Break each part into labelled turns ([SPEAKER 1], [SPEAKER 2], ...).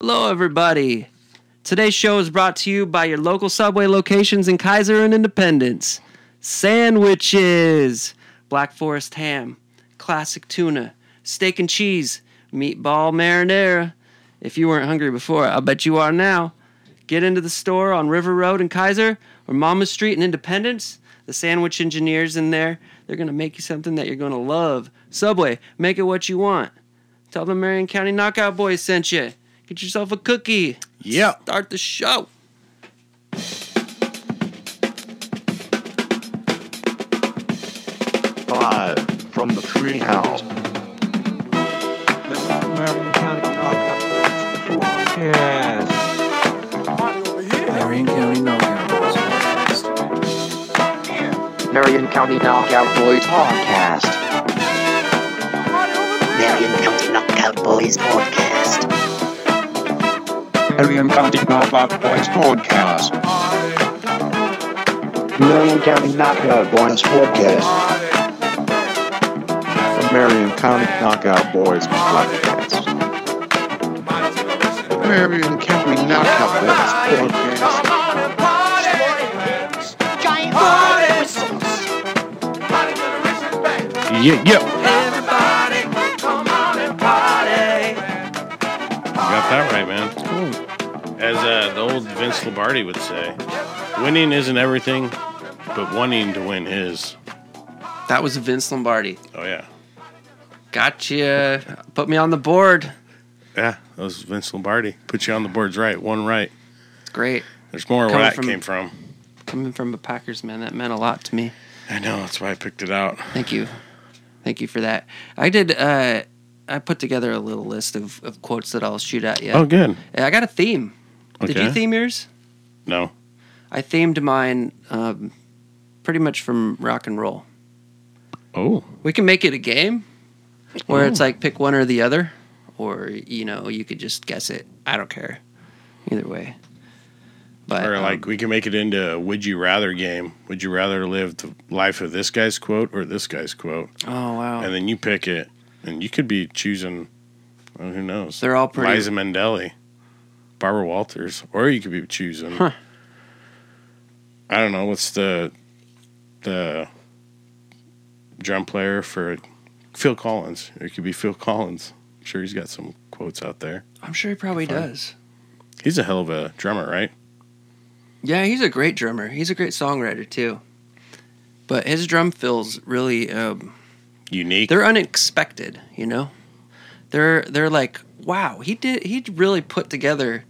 [SPEAKER 1] Hello, everybody. Today's show is brought to you by your local subway locations in Kaiser and Independence. Sandwiches, Black Forest ham, classic tuna, steak and cheese, meatball marinara. If you weren't hungry before, I bet you are now. Get into the store on River Road in Kaiser or Mama Street in Independence. The sandwich engineers in there, they're going to make you something that you're going to love. Subway, make it what you want. Tell them Marion County Knockout Boys sent you. Get yourself a cookie.
[SPEAKER 2] Yeah.
[SPEAKER 1] Start the show.
[SPEAKER 3] Live from the treehouse.
[SPEAKER 4] Marion County Podcast.
[SPEAKER 5] Marion County Knockout
[SPEAKER 4] Marion County Knockout Boys Podcast.
[SPEAKER 6] Marion County Knockout Boys Podcast.
[SPEAKER 4] Marion County Knockout Boys Podcast.
[SPEAKER 3] Marion County Knockout Boys Podcast. Marion County Knockout Boys Podcast. Marion County Knockout Boys Podcast.
[SPEAKER 2] Yeah, yeah.
[SPEAKER 1] Everybody, come on and party.
[SPEAKER 7] You got that right, man. As uh, the old Vince Lombardi would say, winning isn't everything, but wanting to win is.
[SPEAKER 1] That was Vince Lombardi.
[SPEAKER 7] Oh, yeah.
[SPEAKER 1] Gotcha. Put me on the board.
[SPEAKER 7] Yeah, that was Vince Lombardi. Put you on the boards right, one right.
[SPEAKER 1] It's great.
[SPEAKER 7] There's more where
[SPEAKER 1] Coming
[SPEAKER 7] that
[SPEAKER 1] from-
[SPEAKER 7] came from.
[SPEAKER 1] Coming from a Packers man, that meant a lot to me.
[SPEAKER 7] I know, that's why I picked it out.
[SPEAKER 1] Thank you. Thank you for that. I did, uh, I put together a little list of, of quotes that I'll shoot at you.
[SPEAKER 7] Oh, good.
[SPEAKER 1] I got a theme. Did you
[SPEAKER 7] Okay.
[SPEAKER 1] theme yours?
[SPEAKER 7] No.
[SPEAKER 1] I themed mine um, pretty much from rock and roll.
[SPEAKER 7] Oh,
[SPEAKER 1] We can make it a game where it's like pick one or the other, or you know, you could just guess it. I don't care. Either way. But
[SPEAKER 7] or
[SPEAKER 1] um,
[SPEAKER 7] like we can make it into a would you rather game. Would you rather live the life of this guy's quote or this guy's quote?
[SPEAKER 1] oh wow.
[SPEAKER 7] And then you pick it, and you could be choosing. Well, who knows?
[SPEAKER 1] They're all pretty-
[SPEAKER 7] Liza Mendelli, Barbara Walters, or you could be choosing.
[SPEAKER 1] Huh.
[SPEAKER 7] I don't know what's the the drum player for Phil Collins. It could be Phil Collins. I'm sure he's got some quotes out there.
[SPEAKER 1] I'm sure he probably does.
[SPEAKER 7] He's a hell of a drummer, right?
[SPEAKER 1] Yeah, he's a great drummer. He's a great songwriter too. But his drum fills really um,
[SPEAKER 7] Unique.
[SPEAKER 1] they're unexpected, you know? They're they're like, wow, he did he really put together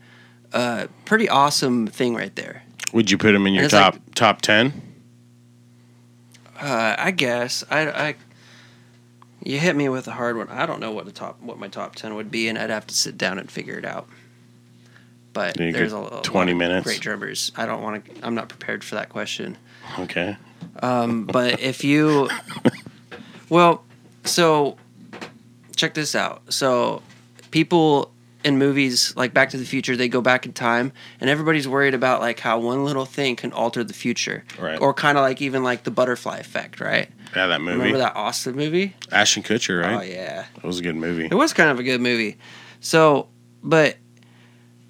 [SPEAKER 1] a pretty awesome thing right there.
[SPEAKER 7] Would you put him in your
[SPEAKER 1] it's like-
[SPEAKER 7] top top ten?
[SPEAKER 1] Uh, I guess I, I- You hit me with a hard one. I don't know what the top what my top ten would be, and I'd have to sit down and figure it out. But
[SPEAKER 7] You
[SPEAKER 1] there's a,
[SPEAKER 7] get
[SPEAKER 1] a lot
[SPEAKER 7] 20
[SPEAKER 1] of
[SPEAKER 7] minutes.
[SPEAKER 1] Great drummers. I don't want to. I'm not prepared for that question.
[SPEAKER 7] Okay.
[SPEAKER 1] Um, but if you, well, so check this out. So people in movies like Back to the Future, they go back in time, and everybody's worried about like how one little thing can alter the future,
[SPEAKER 7] Right.
[SPEAKER 1] Or kind of like even like the butterfly effect, right?
[SPEAKER 7] Yeah, that movie.
[SPEAKER 1] Remember that Austin movie?
[SPEAKER 7] Ashton Kutcher, right?
[SPEAKER 1] Oh yeah,
[SPEAKER 7] That was a good movie.
[SPEAKER 1] it was kind of a good movie. So, but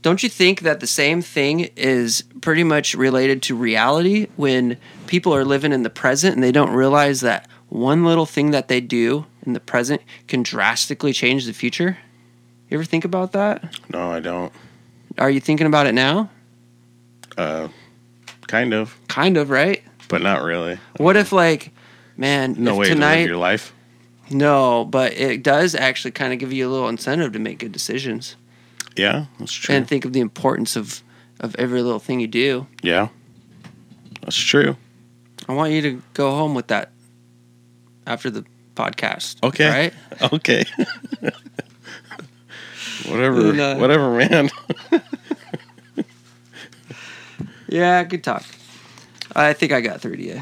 [SPEAKER 1] don't you think that the same thing is pretty much related to reality when people are living in the present and they don't realize that one little thing that they do in the present can drastically change the future? You ever think about that?
[SPEAKER 7] No, I don't.
[SPEAKER 1] Are you thinking about it now?
[SPEAKER 7] Uh, kind of,
[SPEAKER 1] Kind of, right?
[SPEAKER 7] but not really.
[SPEAKER 1] What if like, man,
[SPEAKER 7] No
[SPEAKER 1] if
[SPEAKER 7] way to
[SPEAKER 1] tonight
[SPEAKER 7] live your life.
[SPEAKER 1] No, but it does actually kind of give you a little incentive to make good decisions
[SPEAKER 7] Yeah, that's true.
[SPEAKER 1] and think of the importance of of every little thing you do.
[SPEAKER 7] yeah, that's true.
[SPEAKER 1] I want you to go home with that after the podcast.
[SPEAKER 7] Okay.
[SPEAKER 1] Right?
[SPEAKER 7] Okay. whatever,
[SPEAKER 1] And, uh,
[SPEAKER 7] whatever, man.
[SPEAKER 1] Yeah, good talk. I think I got through to you.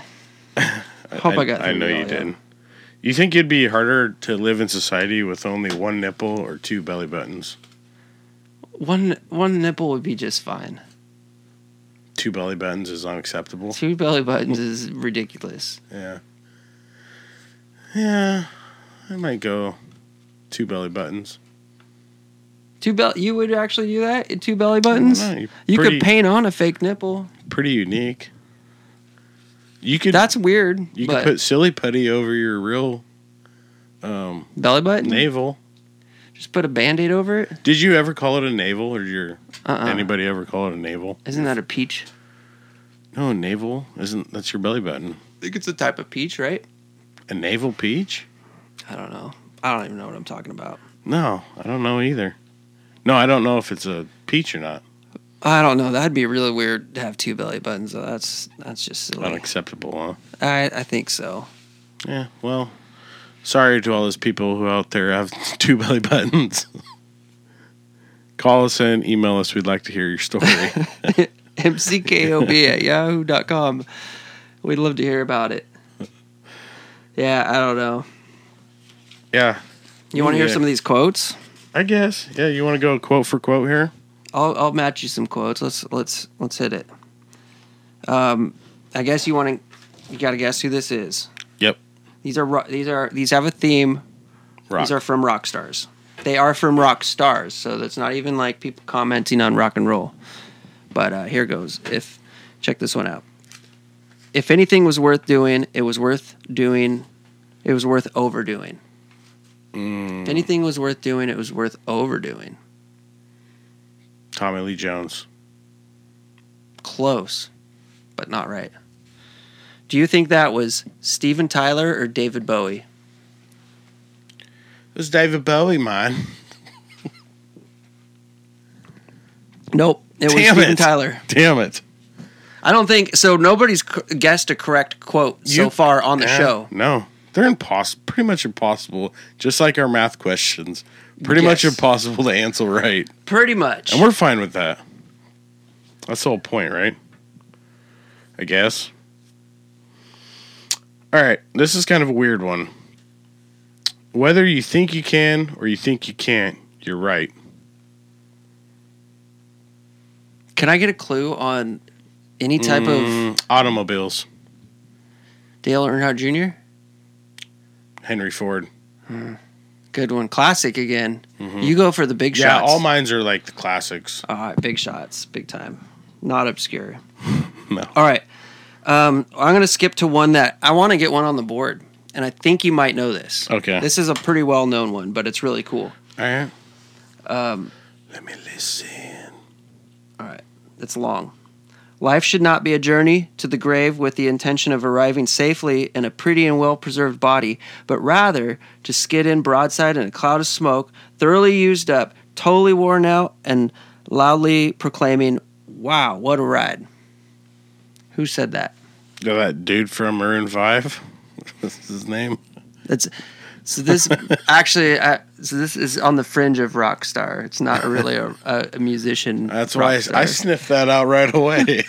[SPEAKER 1] Hope I, got through
[SPEAKER 7] I know
[SPEAKER 1] to
[SPEAKER 7] you
[SPEAKER 1] all,
[SPEAKER 7] did. You think it'd be harder to live in society with only one nipple or two belly buttons?
[SPEAKER 1] One one nipple would be just fine.
[SPEAKER 7] Two belly buttons is unacceptable.
[SPEAKER 1] Two belly buttons is ridiculous.
[SPEAKER 7] Yeah. Yeah, I might go two belly buttons.
[SPEAKER 1] Two bell. You would actually do that? Two belly buttons.
[SPEAKER 7] I don't know.
[SPEAKER 1] You
[SPEAKER 7] Pretty-
[SPEAKER 1] could paint on a fake nipple.
[SPEAKER 7] Pretty unique. You could
[SPEAKER 1] That's weird.
[SPEAKER 7] you
[SPEAKER 1] but
[SPEAKER 7] could put silly putty over your real um,
[SPEAKER 1] belly button.
[SPEAKER 7] navel.
[SPEAKER 1] Just put a band-aid over it.
[SPEAKER 7] Did you ever call it a navel, or did your
[SPEAKER 1] Uh-uh.
[SPEAKER 7] anybody ever call it a navel?
[SPEAKER 1] Isn't that a peach?
[SPEAKER 7] No, navel isn't. That's your belly button.
[SPEAKER 1] I think it's a type of peach, right?
[SPEAKER 7] A navel peach?
[SPEAKER 1] I don't know. I don't even know what I'm talking about.
[SPEAKER 7] No, I don't know either. No, I don't know if it's a peach or not.
[SPEAKER 1] I don't know. That'd be really weird to have two belly buttons. Though. That's that's just silly.
[SPEAKER 7] Unacceptable, huh?
[SPEAKER 1] I I think so.
[SPEAKER 7] Yeah. Well, sorry to all those people who out there have two belly buttons. Call us in, email us. We'd like to hear your story.
[SPEAKER 1] mckob at yahoo.com. We'd love to hear about it. Yeah, I don't know.
[SPEAKER 7] yeah,
[SPEAKER 1] You want to hear
[SPEAKER 7] Yeah.
[SPEAKER 1] some of these quotes?
[SPEAKER 7] I guess. Yeah, you want to go quote for quote here?
[SPEAKER 1] I'll I'll match you some quotes. Let's let's let's hit it. Um, I guess you want to. You got to guess who this is.
[SPEAKER 7] Yep.
[SPEAKER 1] These are ro- these are these have a theme.
[SPEAKER 7] Rock.
[SPEAKER 1] These are from rock stars. They are from rock stars, so that's not even like people commenting on rock and roll. But uh, here goes. If check this one out. If anything was worth doing, it was worth doing. It was worth overdoing.
[SPEAKER 7] Mm.
[SPEAKER 1] If anything was worth doing, it was worth overdoing.
[SPEAKER 7] Tommy Lee Jones.
[SPEAKER 1] Close, but not right. Do you think that was Steven Tyler or David Bowie?
[SPEAKER 7] It was David Bowie, man.
[SPEAKER 1] Nope, it was
[SPEAKER 7] Damn
[SPEAKER 1] Steven
[SPEAKER 7] it.
[SPEAKER 1] Tyler.
[SPEAKER 7] Damn it.
[SPEAKER 1] I don't think so. Nobody's c- guessed a correct quote so
[SPEAKER 7] You-
[SPEAKER 1] far on the
[SPEAKER 7] Yeah,
[SPEAKER 1] show.
[SPEAKER 7] No, they're impossible. Pretty much impossible. Just like our math questions, pretty much
[SPEAKER 1] Yes.
[SPEAKER 7] impossible to answer right,
[SPEAKER 1] Pretty much.
[SPEAKER 7] and we're fine with that. That's the whole point, right? I guess. All right, this is kind of a weird one. Whether you think you can or you think you can't, you're right.
[SPEAKER 1] Can I get a clue on any type of
[SPEAKER 7] Mm, automobiles,
[SPEAKER 1] Dale Earnhardt Jr.?
[SPEAKER 7] Henry Ford.
[SPEAKER 1] Good one. Classic again. You go for the big
[SPEAKER 7] Mm-hmm. Yeah,
[SPEAKER 1] shots.
[SPEAKER 7] all mines are like the classics.
[SPEAKER 1] all right, big shots, big time. Not obscure.
[SPEAKER 7] No.
[SPEAKER 1] All right. Um, I'm going to skip to one that I want to get one on the board, and I think you might know this.
[SPEAKER 7] Okay.
[SPEAKER 1] This is a pretty well known one, but it's really cool.
[SPEAKER 7] All right. Um,
[SPEAKER 1] Um,
[SPEAKER 7] Let me listen.
[SPEAKER 1] All right. It's long. Life should not be a journey to the grave with the intention of arriving safely in a pretty and well preserved body, but rather to skid in broadside in a cloud of smoke, thoroughly used up, totally worn out, and loudly proclaiming, Wow, what a ride. Who said that?
[SPEAKER 7] Know that dude from Maroon Five? What's his name?
[SPEAKER 1] That's so. This actually, I, so this is on the fringe of rock star. It's not really a, a, a musician.
[SPEAKER 7] That's
[SPEAKER 1] rock
[SPEAKER 7] why I, I
[SPEAKER 1] star.
[SPEAKER 7] sniffed that out right away.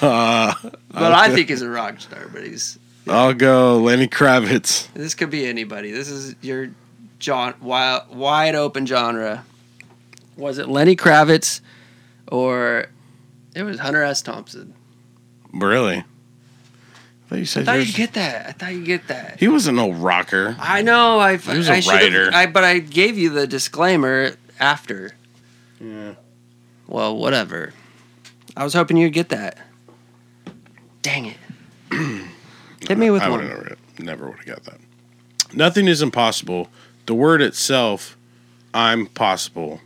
[SPEAKER 1] but I think he's a rock star. But he's
[SPEAKER 7] I'll go Lenny Kravitz.
[SPEAKER 1] This could be anybody. This is your John wide, wide open genre. Was it Lenny Kravitz or it was Hunter S. Thompson?
[SPEAKER 7] Really? I thought you
[SPEAKER 1] I
[SPEAKER 7] said
[SPEAKER 1] thought
[SPEAKER 7] yours-
[SPEAKER 1] you'd get that. I thought you'd get that.
[SPEAKER 7] he was an old rocker.
[SPEAKER 1] I know. I
[SPEAKER 7] He was a
[SPEAKER 1] I should've-
[SPEAKER 7] writer.
[SPEAKER 1] I, but I gave you the disclaimer after.
[SPEAKER 7] Yeah.
[SPEAKER 1] Well, whatever. I was hoping you'd get that. Dang it. Hit me with
[SPEAKER 7] I would
[SPEAKER 1] one.
[SPEAKER 7] have never would have got that. Nothing is impossible. The word itself, I'm possible.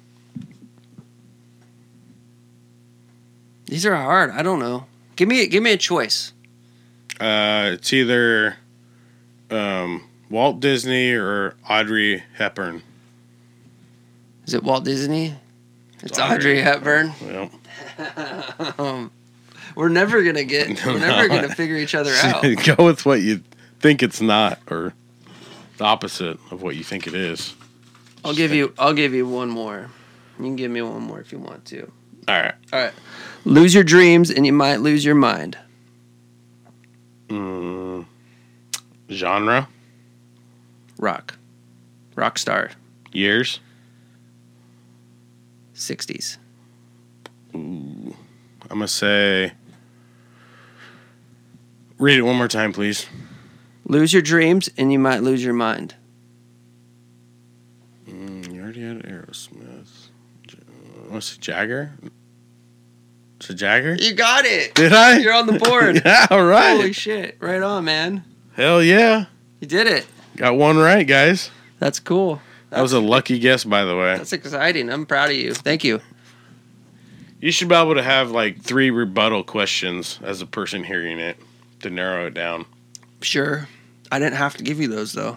[SPEAKER 1] These are hard. I don't know. Give me give me a choice.
[SPEAKER 7] Uh, it's either um, Walt Disney or Audrey Hepburn.
[SPEAKER 1] Is it Walt Disney? It's,
[SPEAKER 7] Audrey.
[SPEAKER 1] Audrey Hepburn.
[SPEAKER 7] Well,
[SPEAKER 1] We're never gonna get. We're never
[SPEAKER 7] No.
[SPEAKER 1] gonna figure each other out.
[SPEAKER 7] go with what you think it's not, or the opposite of what you think it is.
[SPEAKER 1] I'll give you. I'll give you one more. You can give me one more if you want to.
[SPEAKER 7] All right.
[SPEAKER 1] All right. Lose your dreams and you might lose your mind.
[SPEAKER 7] Mm, genre,
[SPEAKER 1] Rock, rock star,
[SPEAKER 7] years.
[SPEAKER 1] sixties.
[SPEAKER 7] I'm gonna say. Read it one more time, please.
[SPEAKER 1] Lose your dreams and you might lose your mind.
[SPEAKER 7] Mm, you already had Aerosmith. J- What's it, Jagger? It's a Jagger?
[SPEAKER 1] You got it.
[SPEAKER 7] Did I?
[SPEAKER 1] You're on the board.
[SPEAKER 7] yeah, all right.
[SPEAKER 1] Holy shit. Right on, man.
[SPEAKER 7] Hell yeah.
[SPEAKER 1] You did it.
[SPEAKER 7] Got one right, guys.
[SPEAKER 1] That's cool.
[SPEAKER 7] That was a lucky guess, by the way.
[SPEAKER 1] That's exciting. I'm proud of you. Thank you.
[SPEAKER 7] You should be able to have like three rebuttal questions as a person hearing it to narrow it down.
[SPEAKER 1] Sure. I didn't have to give you those though.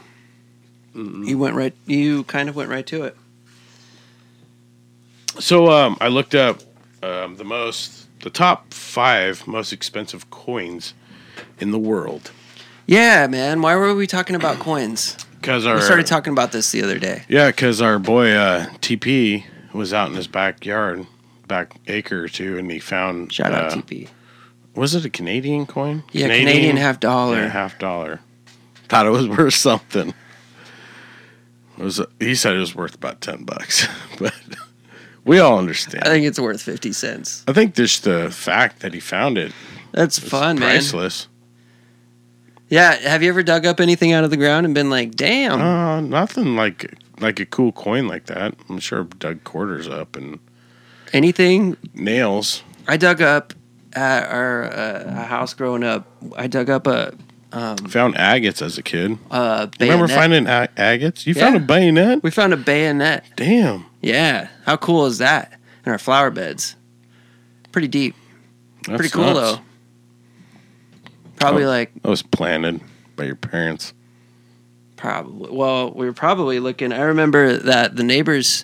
[SPEAKER 1] You went right you kind of went right to it.
[SPEAKER 7] So um, I looked up um, the most, the top five most expensive coins in the world.
[SPEAKER 1] Yeah, man. Why were we talking about coins?
[SPEAKER 7] Because our
[SPEAKER 1] We started talking about this the other day.
[SPEAKER 7] yeah, because our boy uh, TP was out in his backyard, back acre or two, and he found
[SPEAKER 1] Shout out
[SPEAKER 7] uh,
[SPEAKER 1] TP.
[SPEAKER 7] Was it a Canadian coin?
[SPEAKER 1] Yeah, Canadian half dollar.
[SPEAKER 7] Yeah, half dollar. Thought it was worth something. It was he said it was worth about ten bucks, but we all understand.
[SPEAKER 1] I think it's worth 50 cents.
[SPEAKER 7] I think just the fact that he found it
[SPEAKER 1] That's
[SPEAKER 7] is
[SPEAKER 1] fun, man.
[SPEAKER 7] priceless.
[SPEAKER 1] Yeah, have you ever dug up anything out of the ground and been like, "Damn,
[SPEAKER 7] Uh, nothing like like a cool coin like that. I'm sure I've dug quarters up and
[SPEAKER 1] anything
[SPEAKER 7] nails.
[SPEAKER 1] I dug up at our uh, a house growing up. I dug up a um,
[SPEAKER 7] Found agates as a kid.
[SPEAKER 1] a bayonet.
[SPEAKER 7] Remember finding a- agates? You found a
[SPEAKER 1] Yeah.
[SPEAKER 7] bayonet?
[SPEAKER 1] we found a bayonet.
[SPEAKER 7] Damn,
[SPEAKER 1] Yeah, how cool is that? In our flower beds, pretty deep,
[SPEAKER 7] that's
[SPEAKER 1] pretty cool
[SPEAKER 7] nuts.
[SPEAKER 1] though. Probably
[SPEAKER 7] Oh.
[SPEAKER 1] like
[SPEAKER 7] That was planted by your parents.
[SPEAKER 1] probably. Well, we were probably looking. I remember that the neighbors,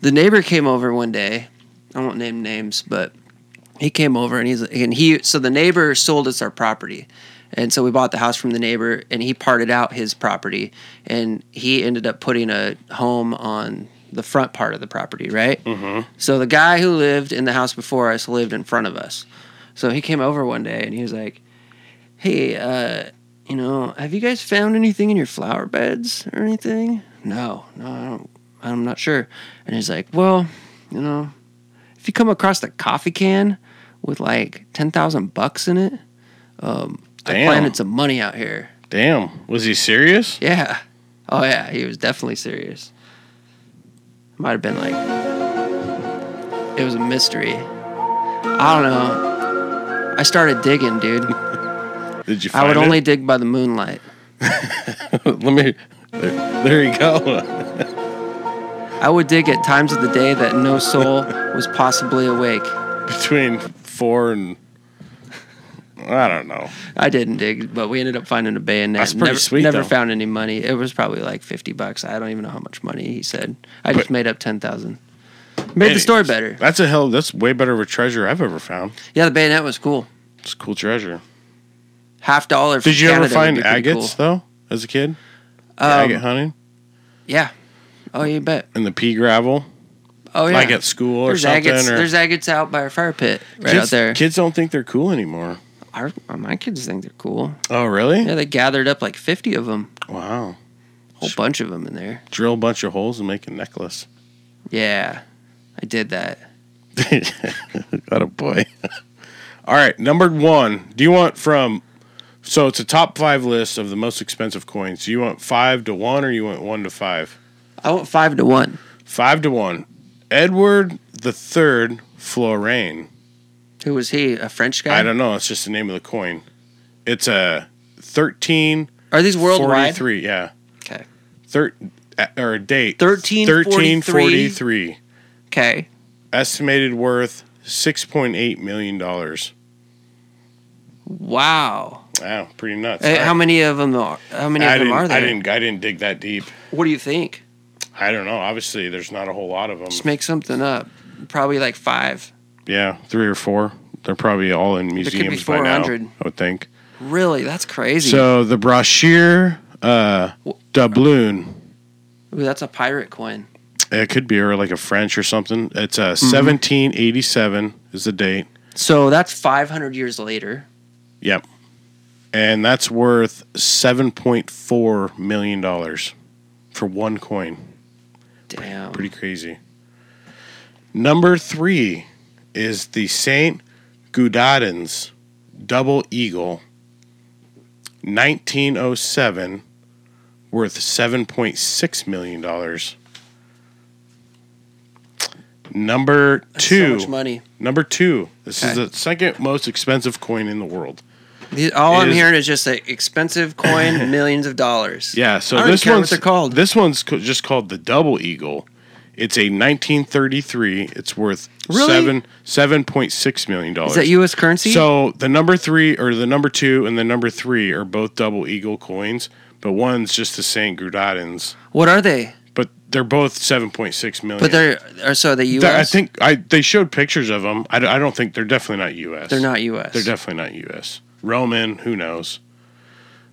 [SPEAKER 1] the neighbor came over one day. I won't name names, but he came over and he's and he. So the neighbor sold us our property, and so we bought the house from the neighbor, and he parted out his property, and he ended up putting a home on the front part of the property, right? Mm-hmm. So the guy who lived in the house before us lived in front of us. So he came over one day and he was like, "Hey, uh, you know, have you guys found anything in your flower beds or anything? No, no, I don't, I'm not sure. And he's like, well, you know, if you come across a coffee can with like 10,000 bucks in it, um, I
[SPEAKER 7] Damn.
[SPEAKER 1] planted some money out here.
[SPEAKER 7] Damn, was he serious?
[SPEAKER 1] Yeah. Oh, yeah. He was definitely serious. Might have been like, it was a mystery. I don't know. I started digging, dude.
[SPEAKER 7] Did you? Find
[SPEAKER 1] I would
[SPEAKER 7] it?
[SPEAKER 1] only dig by the moonlight.
[SPEAKER 7] Let me. There, there you go.
[SPEAKER 1] I would dig at times of the day that no soul was possibly awake.
[SPEAKER 7] Between four and I don't know.
[SPEAKER 1] I didn't dig, but we ended up finding a bayonet.
[SPEAKER 7] That's pretty
[SPEAKER 1] never,
[SPEAKER 7] sweet,
[SPEAKER 1] Never
[SPEAKER 7] though.
[SPEAKER 1] found any money. It was probably like fifty bucks. I don't even know how much money he said. I just
[SPEAKER 7] But-
[SPEAKER 1] made up ten thousand. Made the story better.
[SPEAKER 7] That's a hell. That's way better of a treasure I've ever found.
[SPEAKER 1] Yeah, the bayonet was cool.
[SPEAKER 7] It's a cool treasure.
[SPEAKER 1] Half dollar. From
[SPEAKER 7] Did you
[SPEAKER 1] Canada
[SPEAKER 7] ever find
[SPEAKER 1] would be pretty
[SPEAKER 7] agates
[SPEAKER 1] Cool. Um,
[SPEAKER 7] though, as a kid? Agate hunting
[SPEAKER 1] Yeah. Oh, you bet.
[SPEAKER 7] in the pea gravel,
[SPEAKER 1] Oh yeah.
[SPEAKER 7] like at school or
[SPEAKER 1] there's
[SPEAKER 7] something.
[SPEAKER 1] agates.
[SPEAKER 7] or-
[SPEAKER 1] There's agates out by our fire pit right
[SPEAKER 7] kids,
[SPEAKER 1] out there.
[SPEAKER 7] Kids don't think they're cool anymore.
[SPEAKER 1] Our, my kids think they're cool.
[SPEAKER 7] Oh really?
[SPEAKER 1] Yeah, they gathered up like fifty of them,
[SPEAKER 7] Wow.
[SPEAKER 1] whole bunch of them in there.
[SPEAKER 7] Drill a bunch of holes and make a necklace.
[SPEAKER 1] Yeah, I did that.
[SPEAKER 7] Got a boy. All right, number one. Do you want from? So it's a top five list of the most expensive coins. Do you want five to one, or you want one to five?
[SPEAKER 1] I went five to one.
[SPEAKER 7] Five to one. Edward the Third Florain.
[SPEAKER 1] Who was he? A French guy?
[SPEAKER 7] I don't know. It's just the name of the coin. It's a thirteen
[SPEAKER 1] Are these worldwide?
[SPEAKER 7] forty-three. Yeah,
[SPEAKER 1] Okay.
[SPEAKER 7] thir- uh, or a date
[SPEAKER 1] 1343.
[SPEAKER 7] 1343.
[SPEAKER 1] Okay.
[SPEAKER 7] Estimated worth six point eight million dollars.
[SPEAKER 1] Wow.
[SPEAKER 7] Wow, pretty nuts.
[SPEAKER 1] Hey,
[SPEAKER 7] All
[SPEAKER 1] How
[SPEAKER 7] right.
[SPEAKER 1] many of them are? How many of
[SPEAKER 7] I
[SPEAKER 1] them
[SPEAKER 7] didn't,
[SPEAKER 1] are there?
[SPEAKER 7] I didn't. I didn't dig that deep.
[SPEAKER 1] What do you think?
[SPEAKER 7] I don't know. Obviously, there's not a whole lot of them.
[SPEAKER 1] Just make something up. Probably like five.
[SPEAKER 7] Yeah, three or four. They're probably all in
[SPEAKER 1] could be
[SPEAKER 7] museums by now.
[SPEAKER 1] 400.
[SPEAKER 7] I would think.
[SPEAKER 1] Really? That's crazy.
[SPEAKER 7] So the brochure uh, doubloon.
[SPEAKER 1] Ooh, that's a pirate coin.
[SPEAKER 7] It could be or like a French or something. It's uh,
[SPEAKER 1] Mm-hmm.
[SPEAKER 7] 1787 is the date.
[SPEAKER 1] So that's 500 years later.
[SPEAKER 7] Yep. And that's worth 7.4 million dollars for one coin.
[SPEAKER 1] Damn.
[SPEAKER 7] Pretty crazy. Number three is the Saint Gaudens Double Eagle, 1907, worth $7.6 million. Number two.
[SPEAKER 1] So much money.
[SPEAKER 7] Number two. This is
[SPEAKER 1] Okay.
[SPEAKER 7] the second most expensive coin in the world.
[SPEAKER 1] The- all
[SPEAKER 7] It
[SPEAKER 1] I'm
[SPEAKER 7] is-
[SPEAKER 1] hearing is just an expensive coin, millions of dollars.
[SPEAKER 7] Yeah, so
[SPEAKER 1] I don't
[SPEAKER 7] this
[SPEAKER 1] care what
[SPEAKER 7] one's
[SPEAKER 1] they're called.
[SPEAKER 7] This one's co- just called the Double Eagle. It's a 1933. It's worth
[SPEAKER 1] Really?
[SPEAKER 7] seven seven point six million dollars.
[SPEAKER 1] Is that U.S. currency?
[SPEAKER 7] So the number three or the number two and the number three are both double eagle coins, but one's just the Saint Gaudens.
[SPEAKER 1] what are they?
[SPEAKER 7] But they're both seven point six million.
[SPEAKER 1] But they're or so the U.S.
[SPEAKER 7] They're- I think I they showed pictures of them. I, d- I don't think they're definitely not U.S.
[SPEAKER 1] they're not U.S.
[SPEAKER 7] They're definitely not U.S. Roman, who knows,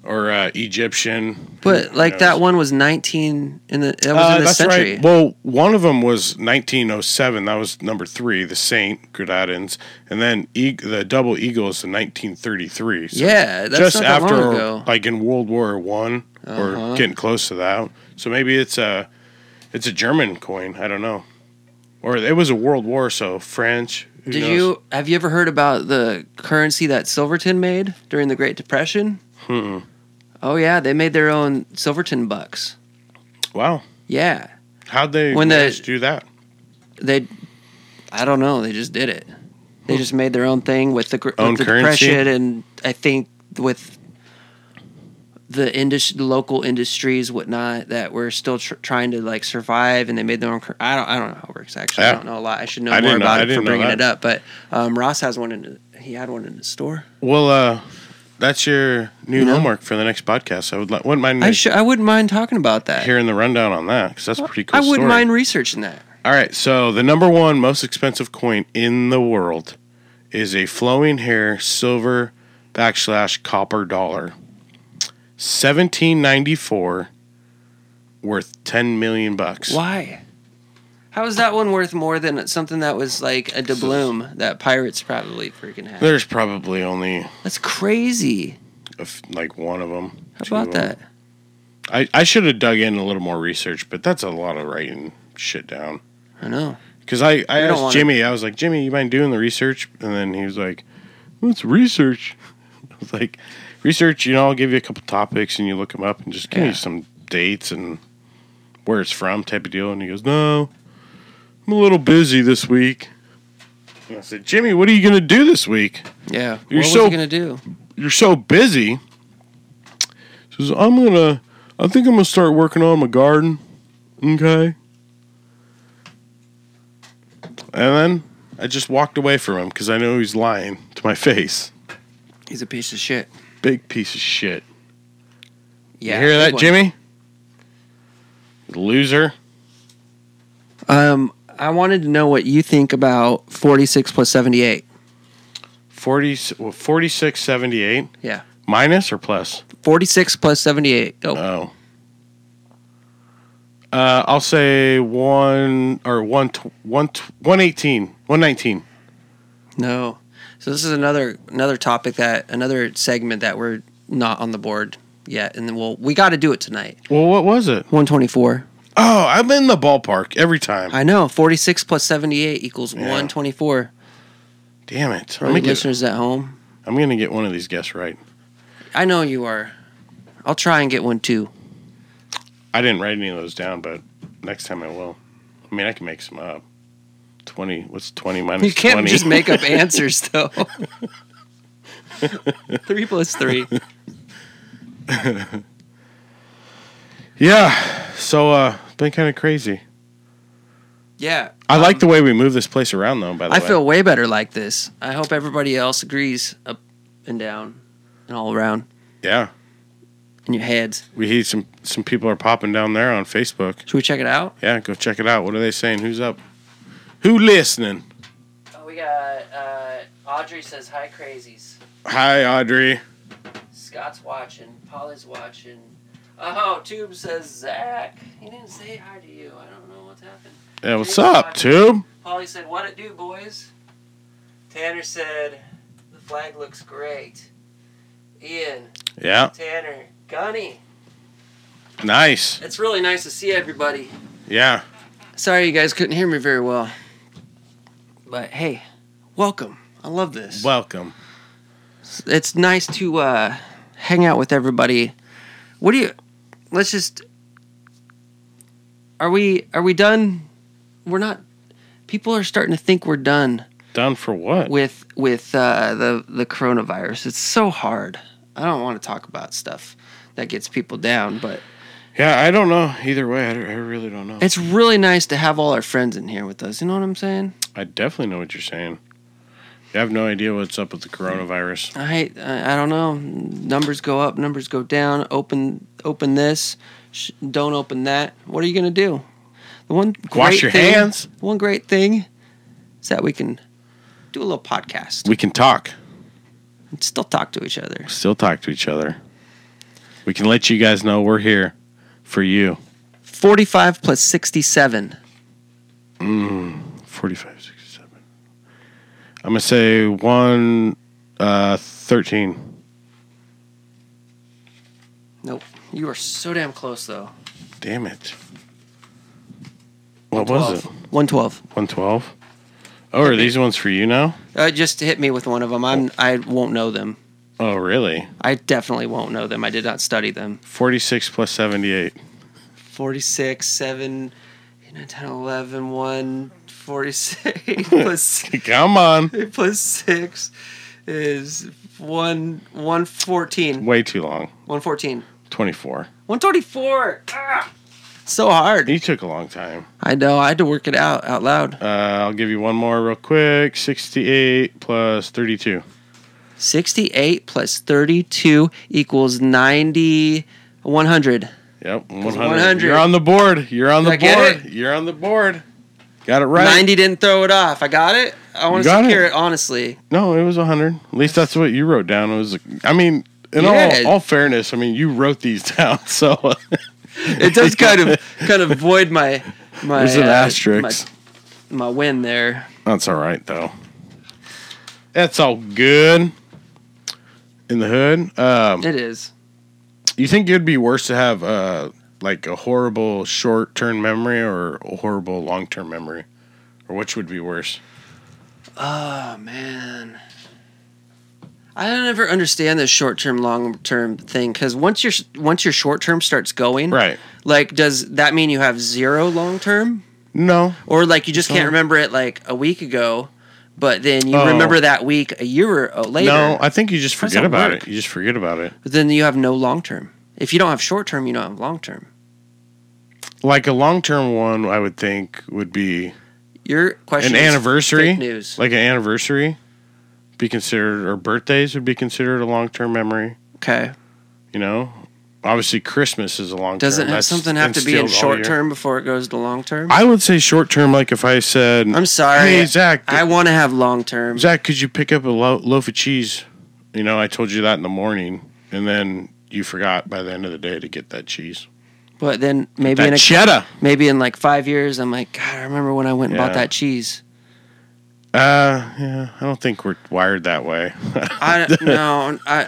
[SPEAKER 7] or uh, Egyptian. who-
[SPEAKER 1] But
[SPEAKER 7] who
[SPEAKER 1] like that
[SPEAKER 7] knows?
[SPEAKER 1] one was 19 in the that was
[SPEAKER 7] Uh,
[SPEAKER 1] in the
[SPEAKER 7] that's
[SPEAKER 1] century.
[SPEAKER 7] right. Well, one of them was 1907. That was number three, the Saint Gaudens, and then e- the double eagle is the 1933. So
[SPEAKER 1] yeah, that's
[SPEAKER 7] just
[SPEAKER 1] not that
[SPEAKER 7] after,
[SPEAKER 1] long ago. Uh-huh.
[SPEAKER 7] like in World War One, or getting close to that. So maybe it's a it's a German coin. I don't know, or it was a World War, so French. who
[SPEAKER 1] Did
[SPEAKER 7] knows?
[SPEAKER 1] you have you ever heard about the currency that Silverton made during the Great Depression?
[SPEAKER 7] Hmm.
[SPEAKER 1] Oh yeah, they made their own Silverton bucks.
[SPEAKER 7] Wow,
[SPEAKER 1] Yeah,
[SPEAKER 7] how'd they
[SPEAKER 1] When the-
[SPEAKER 7] manage to do that?
[SPEAKER 1] they. I don't know. They just did it. They just made their own thing with the, gr-
[SPEAKER 7] Own
[SPEAKER 1] with the
[SPEAKER 7] currency?
[SPEAKER 1] depression, and I think with the indus- local industries, whatnot, that were still tr- trying to like survive, and they made their own. Cur- I don't. I don't know how it works. Actually, I
[SPEAKER 7] Yeah.
[SPEAKER 1] don't know a lot. I should know
[SPEAKER 7] I
[SPEAKER 1] more
[SPEAKER 7] didn't know- I
[SPEAKER 1] about it
[SPEAKER 7] didn't
[SPEAKER 1] for
[SPEAKER 7] know
[SPEAKER 1] bringing it
[SPEAKER 7] that.
[SPEAKER 1] up. But um, Ross has one in. He had one in the store.
[SPEAKER 7] Well, uh, that's your new
[SPEAKER 1] No.
[SPEAKER 7] homework for the next podcast. I would like wouldn't mind
[SPEAKER 1] I sh- I wouldn't mind talking about that.
[SPEAKER 7] hearing the rundown on that because that's a pretty cool.
[SPEAKER 1] I wouldn't
[SPEAKER 7] story.
[SPEAKER 1] mind researching that.
[SPEAKER 7] All right, so the number one most expensive coin in the world is a flowing hair silver backslash copper dollar. Seventeen ninety four, worth ten million bucks.
[SPEAKER 1] Why? How is that one worth more than something that was like a doubloon that pirates probably freaking had?
[SPEAKER 7] There's probably only
[SPEAKER 1] That's crazy.
[SPEAKER 7] a f like one of them.
[SPEAKER 1] How about that?
[SPEAKER 7] I, I should have dug in a little more research, but that's a lot of writing shit down.
[SPEAKER 1] I know.
[SPEAKER 7] Because I, I
[SPEAKER 1] We don't
[SPEAKER 7] asked
[SPEAKER 1] wanna-
[SPEAKER 7] Jimmy, I was like, Jimmy, you mind doing the research? And then he was like, What's research? I was like, Research, you know, I'll give you a couple topics and you look them up and just give
[SPEAKER 1] Yeah.
[SPEAKER 7] me some dates and where it's from type of deal. And he goes, No, I'm a little busy this week. And I said, Jimmy, what are you going to do this week?
[SPEAKER 1] Yeah.
[SPEAKER 7] You're
[SPEAKER 1] what
[SPEAKER 7] so-
[SPEAKER 1] was he gonna do?
[SPEAKER 7] You're so busy. He says, I'm going to, I think I'm going to start working on my garden. Okay. And then I just walked away from him because I know he's lying to my face.
[SPEAKER 1] He's a piece of shit.
[SPEAKER 7] Big piece of shit.
[SPEAKER 1] Yeah.
[SPEAKER 7] you hear
[SPEAKER 1] big
[SPEAKER 7] that,
[SPEAKER 1] one.
[SPEAKER 7] Jimmy? Loser.
[SPEAKER 1] Um, I wanted to know what you think about forty-six plus seventy-eight.
[SPEAKER 7] 40, well, 4678.
[SPEAKER 1] Yeah.
[SPEAKER 7] Minus or plus?
[SPEAKER 1] Forty-six plus seventy-eight. Go.
[SPEAKER 7] Oh. Uh, I'll say one or one, tw- one, tw- 118, 119.
[SPEAKER 1] No. So this is another another topic that another segment that we're not on the board yet, and then we'll we got to do it tonight.
[SPEAKER 7] Well, what was it?
[SPEAKER 1] One twenty-four.
[SPEAKER 7] Oh, I'm in the ballpark every time.
[SPEAKER 1] I know. 46 plus 78 equals 124.
[SPEAKER 7] Damn it.
[SPEAKER 1] For
[SPEAKER 7] I'm
[SPEAKER 1] the
[SPEAKER 7] gonna, get,
[SPEAKER 1] listeners at home,
[SPEAKER 7] I'm gonna get one of these guests right.
[SPEAKER 1] I know you are. I'll try and get one too.
[SPEAKER 7] I didn't write any of those down, but next time I will. I mean, I can make some up. 20. What's 20 minus
[SPEAKER 1] You can't
[SPEAKER 7] 20?
[SPEAKER 1] just make up answers though. three plus three.
[SPEAKER 7] yeah. So, uh, been kind of crazy.
[SPEAKER 1] Yeah.
[SPEAKER 7] I like the way we move this place around, though, by
[SPEAKER 1] Um,
[SPEAKER 7] the
[SPEAKER 1] I
[SPEAKER 7] way.
[SPEAKER 1] feel way better like this. I hope everybody else agrees up and down and all around
[SPEAKER 7] Yeah.
[SPEAKER 1] in your heads.
[SPEAKER 7] We hear some, some people are popping down there on Facebook.
[SPEAKER 1] Should we check it out?
[SPEAKER 7] Yeah, go check it out. What are they saying? Who's up? Who listening?
[SPEAKER 1] Oh, We got uh, Audrey says, Hi, crazies.
[SPEAKER 7] Hi, Audrey.
[SPEAKER 1] Scott's watching. Polly's watching. Oh, Tube says Zach. He didn't say hi to you. I don't know what's happened.
[SPEAKER 7] Yeah, what's up, Tube?
[SPEAKER 1] Polly said, "What it do, boys?" Tanner said, "The flag looks great." Ian,
[SPEAKER 7] Yeah,
[SPEAKER 1] Tanner, Gunny.
[SPEAKER 7] nice.
[SPEAKER 1] It's really nice to see everybody.
[SPEAKER 7] Yeah.
[SPEAKER 1] Sorry you guys couldn't hear me very well, but hey, welcome. I love this.
[SPEAKER 7] Welcome.
[SPEAKER 1] it's nice to uh, hang out with everybody. What do you? Let's just. Are we are we done? We're not. people are starting to think we're done
[SPEAKER 7] Done for what?
[SPEAKER 1] with with uh, the the coronavirus. It's so hard. I don't want to talk about stuff that gets people down, but
[SPEAKER 7] yeah, I don't know. Either way, I, don't- I really don't know.
[SPEAKER 1] it's really nice to have all our friends in here with us. You know what I'm saying?
[SPEAKER 7] I definitely know what you're saying. I have no idea what's up with the coronavirus.
[SPEAKER 1] I hate- I, I don't know. Numbers go up, numbers go down. Open open this, sh- don't open that. What are you gonna do? The one great
[SPEAKER 7] Wash your
[SPEAKER 1] thing-
[SPEAKER 7] hands.
[SPEAKER 1] One great thing is that we can do a little podcast
[SPEAKER 7] We can talk,
[SPEAKER 1] and still talk to each other.
[SPEAKER 7] still talk to each other. We can let you guys know we're here for you.
[SPEAKER 1] Forty five plus sixty seven.
[SPEAKER 7] 45, 67. I'm going to say 1 uh, 13.
[SPEAKER 1] Nope. You are so damn close though.
[SPEAKER 7] Damn it. What was it?
[SPEAKER 1] One twelve.
[SPEAKER 7] 112? Oh, are these ones for you now?
[SPEAKER 1] Uh, just hit me with one of them. I'm I won't know them.
[SPEAKER 7] Oh, really?
[SPEAKER 1] I definitely won't know them. I did not study them.
[SPEAKER 7] 46 plus 78.
[SPEAKER 1] 46, 7, 9, 10, 11, 1, 46 plus,
[SPEAKER 7] Come on.
[SPEAKER 1] plus 6 is 1, 114.
[SPEAKER 7] Way too long.
[SPEAKER 1] 114.
[SPEAKER 7] 24.
[SPEAKER 1] 134. Ah! So hard.
[SPEAKER 7] You took a long time.
[SPEAKER 1] I know. I had to work it out out loud.
[SPEAKER 7] Uh, I'll give you one more real quick. 68 plus 32.
[SPEAKER 1] 68 plus 32 equals 90, 100.
[SPEAKER 7] Yep, 100.
[SPEAKER 1] 100.
[SPEAKER 7] You're on the board. You're on
[SPEAKER 1] Did
[SPEAKER 7] the
[SPEAKER 1] I get
[SPEAKER 7] board.
[SPEAKER 1] it?
[SPEAKER 7] You're on the board. Got it right.
[SPEAKER 1] 90 didn't throw it off. I got it. I want to
[SPEAKER 7] You got
[SPEAKER 1] secure
[SPEAKER 7] it.
[SPEAKER 1] it, honestly.
[SPEAKER 7] No, it was 100. At least that's what you wrote down. It was I mean, in
[SPEAKER 1] Yeah.
[SPEAKER 7] all, all fairness, I mean, you wrote these down. So
[SPEAKER 1] It does kind of kind of void my my
[SPEAKER 7] there's an
[SPEAKER 1] uh,
[SPEAKER 7] asterisk.
[SPEAKER 1] my, my win there.
[SPEAKER 7] That's all right though. That's all good. In the hood. Um,
[SPEAKER 1] It is.
[SPEAKER 7] you think it'd be worse to have uh like a horrible short-term memory or a horrible long-term memory? Or which would be worse?
[SPEAKER 1] Oh man. I don't ever understand this short-term long-term thing cuz once your once your short-term starts going,
[SPEAKER 7] Right.
[SPEAKER 1] Like does that mean you have zero long-term
[SPEAKER 7] No.
[SPEAKER 1] or like you just
[SPEAKER 7] No.
[SPEAKER 1] can't remember it like a week ago, but then you
[SPEAKER 7] Oh.
[SPEAKER 1] remember that week a year or uh, later?
[SPEAKER 7] No, I think you just
[SPEAKER 1] How's
[SPEAKER 7] forget
[SPEAKER 1] that
[SPEAKER 7] about
[SPEAKER 1] work?
[SPEAKER 7] it. You just forget about it.
[SPEAKER 1] But then you have no long-term. If you don't have short-term, you don't have long-term.
[SPEAKER 7] Like a long-term one, I would think would be
[SPEAKER 1] Your question
[SPEAKER 7] an
[SPEAKER 1] is
[SPEAKER 7] anniversary,
[SPEAKER 1] fake news.
[SPEAKER 7] like an anniversary, be considered, or birthdays would be considered a long term memory.
[SPEAKER 1] okay.
[SPEAKER 7] You know, obviously Christmas is a long.
[SPEAKER 1] Does it
[SPEAKER 7] term.
[SPEAKER 1] have
[SPEAKER 7] That's
[SPEAKER 1] something have to be in
[SPEAKER 7] instilled all year.
[SPEAKER 1] short term before it goes to long term?
[SPEAKER 7] I would say short term. Like if I said,
[SPEAKER 1] I'm sorry.
[SPEAKER 7] Hey Zach,
[SPEAKER 1] I want to have long term.
[SPEAKER 7] Zach, could you pick up a lo- loaf of cheese? You know, I told you that in the morning, and then you forgot by the end of the day to get that cheese.
[SPEAKER 1] But then maybe
[SPEAKER 7] That
[SPEAKER 1] in a,
[SPEAKER 7] cheddar.
[SPEAKER 1] maybe in like five years, I'm like, God, I remember when I went and
[SPEAKER 7] Yeah.
[SPEAKER 1] bought that cheese.
[SPEAKER 7] Uh, yeah, I don't think we're wired that way.
[SPEAKER 1] I no, I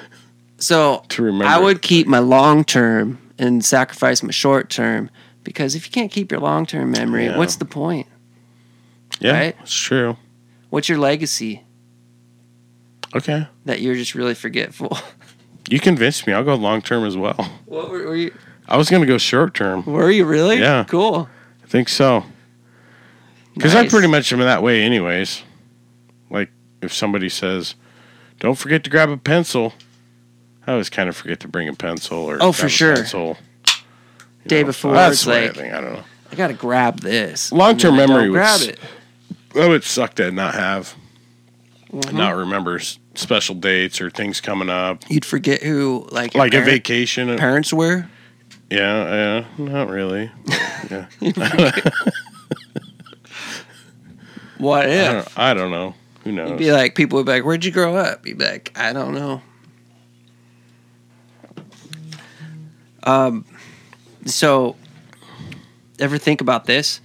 [SPEAKER 1] so
[SPEAKER 7] To remember
[SPEAKER 1] I would
[SPEAKER 7] it.
[SPEAKER 1] keep my long term and sacrifice my short term because if you can't keep your long term memory,
[SPEAKER 7] Yeah.
[SPEAKER 1] what's the point?
[SPEAKER 7] yeah,
[SPEAKER 1] Right?
[SPEAKER 7] it's true.
[SPEAKER 1] What's your legacy
[SPEAKER 7] Okay,
[SPEAKER 1] that you're just really forgetful?
[SPEAKER 7] you convinced me. I'll go long term as well.
[SPEAKER 1] what were, were you?
[SPEAKER 7] I was gonna go short term.
[SPEAKER 1] Were you really?
[SPEAKER 7] Yeah.
[SPEAKER 1] Cool.
[SPEAKER 7] think so. Because I
[SPEAKER 1] Nice.
[SPEAKER 7] pretty much am that way, anyways. Like, if somebody says, don't forget to grab a pencil, I always kind of forget to bring a pencil or
[SPEAKER 1] Oh, for
[SPEAKER 7] grab a
[SPEAKER 1] sure.
[SPEAKER 7] pencil. you
[SPEAKER 1] Day
[SPEAKER 7] know,
[SPEAKER 1] before,
[SPEAKER 7] That's
[SPEAKER 1] it's
[SPEAKER 7] the way
[SPEAKER 1] like-
[SPEAKER 7] I think. I don't know.
[SPEAKER 1] I gotta grab this.
[SPEAKER 7] Long-term
[SPEAKER 1] And then I
[SPEAKER 7] memory
[SPEAKER 1] don't
[SPEAKER 7] would
[SPEAKER 1] Grab
[SPEAKER 7] s-
[SPEAKER 1] it.
[SPEAKER 7] That would suck to not have, and not
[SPEAKER 1] Mm-hmm.
[SPEAKER 7] remember s- special dates or things coming up,
[SPEAKER 1] You'd forget who like your
[SPEAKER 7] like a
[SPEAKER 1] parent-
[SPEAKER 7] vacation. Yeah,
[SPEAKER 1] parents were.
[SPEAKER 7] yeah, not really. Yeah,
[SPEAKER 1] What
[SPEAKER 7] I,
[SPEAKER 1] if?
[SPEAKER 7] don't, I don't know. Who knows?
[SPEAKER 1] You'd be like, people would be like, "Where'd you grow up?" You'd be like, "I don't know." Um, so ever think about this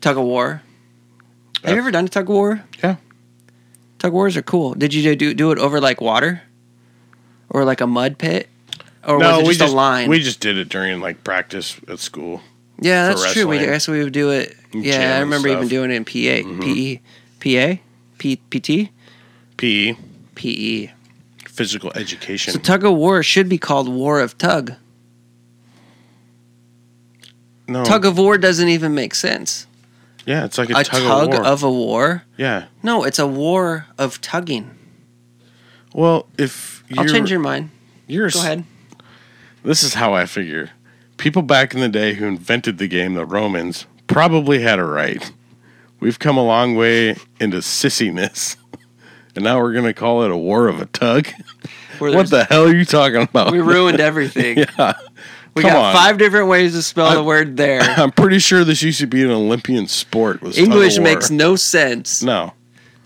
[SPEAKER 1] tug of war? Have you
[SPEAKER 7] Yeah.
[SPEAKER 1] ever done a tug of war?
[SPEAKER 7] Yeah.
[SPEAKER 1] Tug of wars are cool. Did you do do it over like water, or like a mud pit, or was it just, a line?
[SPEAKER 7] We just did it during like practice at school.
[SPEAKER 1] yeah,
[SPEAKER 7] for
[SPEAKER 1] that's true. We, I
[SPEAKER 7] wrestling.
[SPEAKER 1] guess we would do it.
[SPEAKER 7] And gym
[SPEAKER 1] Yeah, I
[SPEAKER 7] and
[SPEAKER 1] remember even
[SPEAKER 7] stuff. Mm-hmm.
[SPEAKER 1] doing it in PA, PE, PA, E, P, E, PT,
[SPEAKER 7] PE,
[SPEAKER 1] PE.
[SPEAKER 7] physical education.
[SPEAKER 1] So tug of war should be called war of tug.
[SPEAKER 7] no, Oh.
[SPEAKER 1] Tug of war doesn't even make sense.
[SPEAKER 7] Yeah, it's like a,
[SPEAKER 1] a
[SPEAKER 7] tug,
[SPEAKER 1] tug
[SPEAKER 7] of war.
[SPEAKER 1] of a war?
[SPEAKER 7] yeah.
[SPEAKER 1] No, it's a war of tugging.
[SPEAKER 7] Well, if you're,
[SPEAKER 1] I'll change your mind.
[SPEAKER 7] you're
[SPEAKER 1] Go ahead.
[SPEAKER 7] This is how I figure. People back in the day who invented the game, the Romans, probably had it right. We've come a long way into sissiness. And now we're going to call it a war of a tug.
[SPEAKER 1] Where there's-
[SPEAKER 7] What the hell are you talking about?
[SPEAKER 1] We ruined everything.
[SPEAKER 7] yeah.
[SPEAKER 1] We
[SPEAKER 7] Come
[SPEAKER 1] got
[SPEAKER 7] on.
[SPEAKER 1] five different ways to spell
[SPEAKER 7] I-
[SPEAKER 1] the word there.
[SPEAKER 7] I'm pretty sure this used to be an Olympian sport. Was tug of
[SPEAKER 1] English
[SPEAKER 7] war.
[SPEAKER 1] makes no sense.
[SPEAKER 7] no.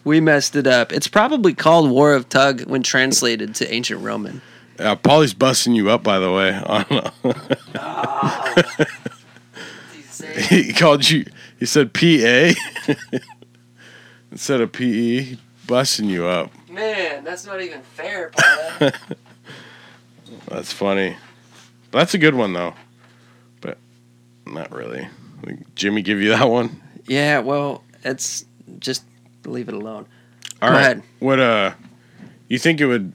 [SPEAKER 1] We messed it up. It's probably called War of Tug when translated to ancient Roman.
[SPEAKER 7] Uh, Polly's busting you up, by the way. On uh, he called you. He said PA instead of PE. Busting you up.
[SPEAKER 1] Man, that's not even fair,
[SPEAKER 7] That's funny. That's a good one though, but not really. Like, Jimmy, give you that one.
[SPEAKER 1] Yeah, well, it's just leave it alone.
[SPEAKER 7] All
[SPEAKER 1] Go
[SPEAKER 7] right.
[SPEAKER 1] ahead.
[SPEAKER 7] What uh, you think it would?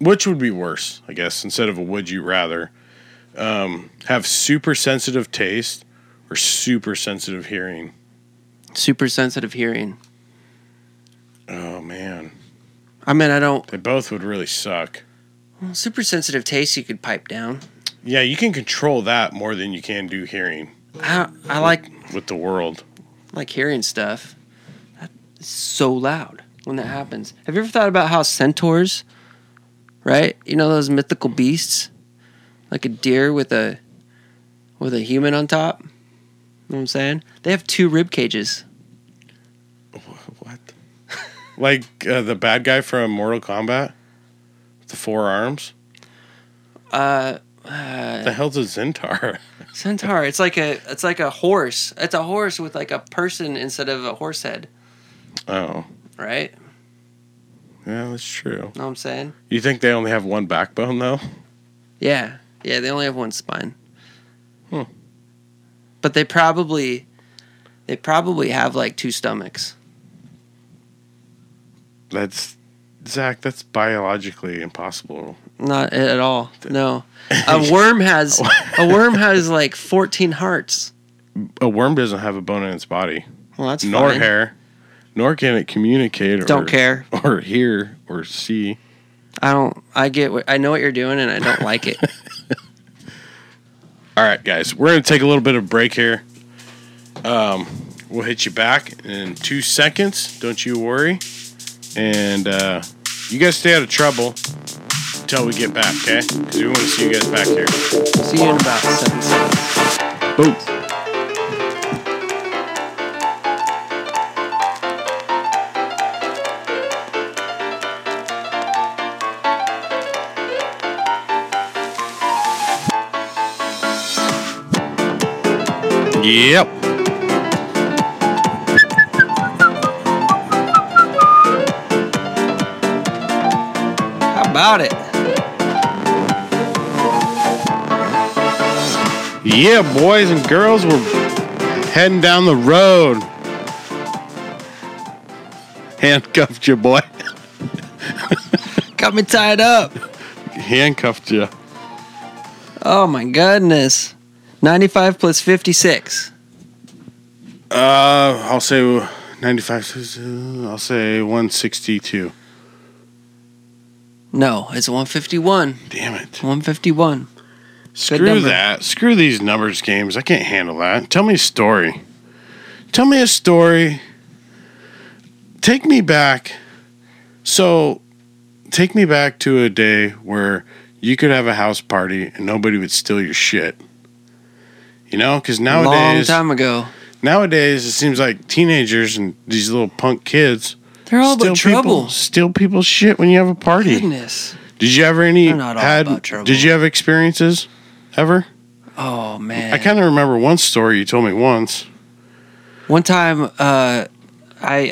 [SPEAKER 7] Which would be worse? I guess instead of a would you rather, um, have super sensitive taste or super sensitive hearing.
[SPEAKER 1] Super sensitive hearing.
[SPEAKER 7] Oh man,
[SPEAKER 1] I mean, I don't.
[SPEAKER 7] they both would really suck.
[SPEAKER 1] well, Super sensitive taste you could pipe down.
[SPEAKER 7] Yeah, you can control that more than you can do hearing
[SPEAKER 1] I, I like
[SPEAKER 7] with the world.
[SPEAKER 1] like hearing stuff. That's so loud when that happens. Have you ever thought about how centaurs, right? You know those mythical beasts, like a deer with a with a human on top. You know what I'm saying? They have two rib cages.
[SPEAKER 7] What? like uh, the bad guy from Mortal Kombat, with the four arms.
[SPEAKER 1] Uh,
[SPEAKER 7] the hell's a Zentar?
[SPEAKER 1] centaur. It's like a it's like a horse. It's a horse with like a person instead of a horse head,
[SPEAKER 7] oh,
[SPEAKER 1] right?
[SPEAKER 7] yeah, that's true.
[SPEAKER 1] Know what I'm saying?
[SPEAKER 7] You think they only have one backbone though?
[SPEAKER 1] Yeah, yeah. They only have one spine.
[SPEAKER 7] Hmm.
[SPEAKER 1] But they probably they probably have like two stomachs.
[SPEAKER 7] That's Zach. That's biologically impossible.
[SPEAKER 1] Not at all. No, a worm has a worm has like fourteen hearts.
[SPEAKER 7] A worm doesn't have a bone in its body,
[SPEAKER 1] Well, that's
[SPEAKER 7] nor
[SPEAKER 1] fine.
[SPEAKER 7] hair, nor can it communicate. Or,
[SPEAKER 1] Don't care.
[SPEAKER 7] or hear or see.
[SPEAKER 1] I don't. I get. What, I know what you're doing, and I don't like it.
[SPEAKER 7] All right, guys, we're gonna take a little bit of break here. Um, we'll hit you back in two seconds. Don't you worry. And uh, you guys stay out of trouble until we get back, okay? Because we want to see you guys back here.
[SPEAKER 1] See you in about seven seconds.
[SPEAKER 7] Boom. Yep.
[SPEAKER 1] How about it?
[SPEAKER 7] Yeah, boys and girls, we're heading down the road. Handcuffed you, boy.
[SPEAKER 1] Got me tied up.
[SPEAKER 7] Handcuffed you.
[SPEAKER 1] Oh my goodness. 95 plus 56.
[SPEAKER 7] Uh, I'll say 95. uh, I'll say 162.
[SPEAKER 1] No, it's 151.
[SPEAKER 7] Damn it.
[SPEAKER 1] 151.
[SPEAKER 7] Screw
[SPEAKER 1] number.
[SPEAKER 7] that. Screw these numbers games. I can't handle that. Tell me a story. Tell me a story. Take me back. So, take me back to a day where you could have a house party and nobody would steal your shit. You know, because
[SPEAKER 1] Long
[SPEAKER 7] nowadays,
[SPEAKER 1] time ago.
[SPEAKER 7] nowadays it seems like teenagers and these little punk kids
[SPEAKER 1] They're all about trouble.
[SPEAKER 7] people, steal people's shit when you have a party.
[SPEAKER 1] Goodness.
[SPEAKER 7] Did you ever any
[SPEAKER 1] They're not all
[SPEAKER 7] had?
[SPEAKER 1] about trouble.
[SPEAKER 7] Did you have experiences ever?
[SPEAKER 1] Oh man.
[SPEAKER 7] I kind of remember one story you told me once.
[SPEAKER 1] One time, uh, I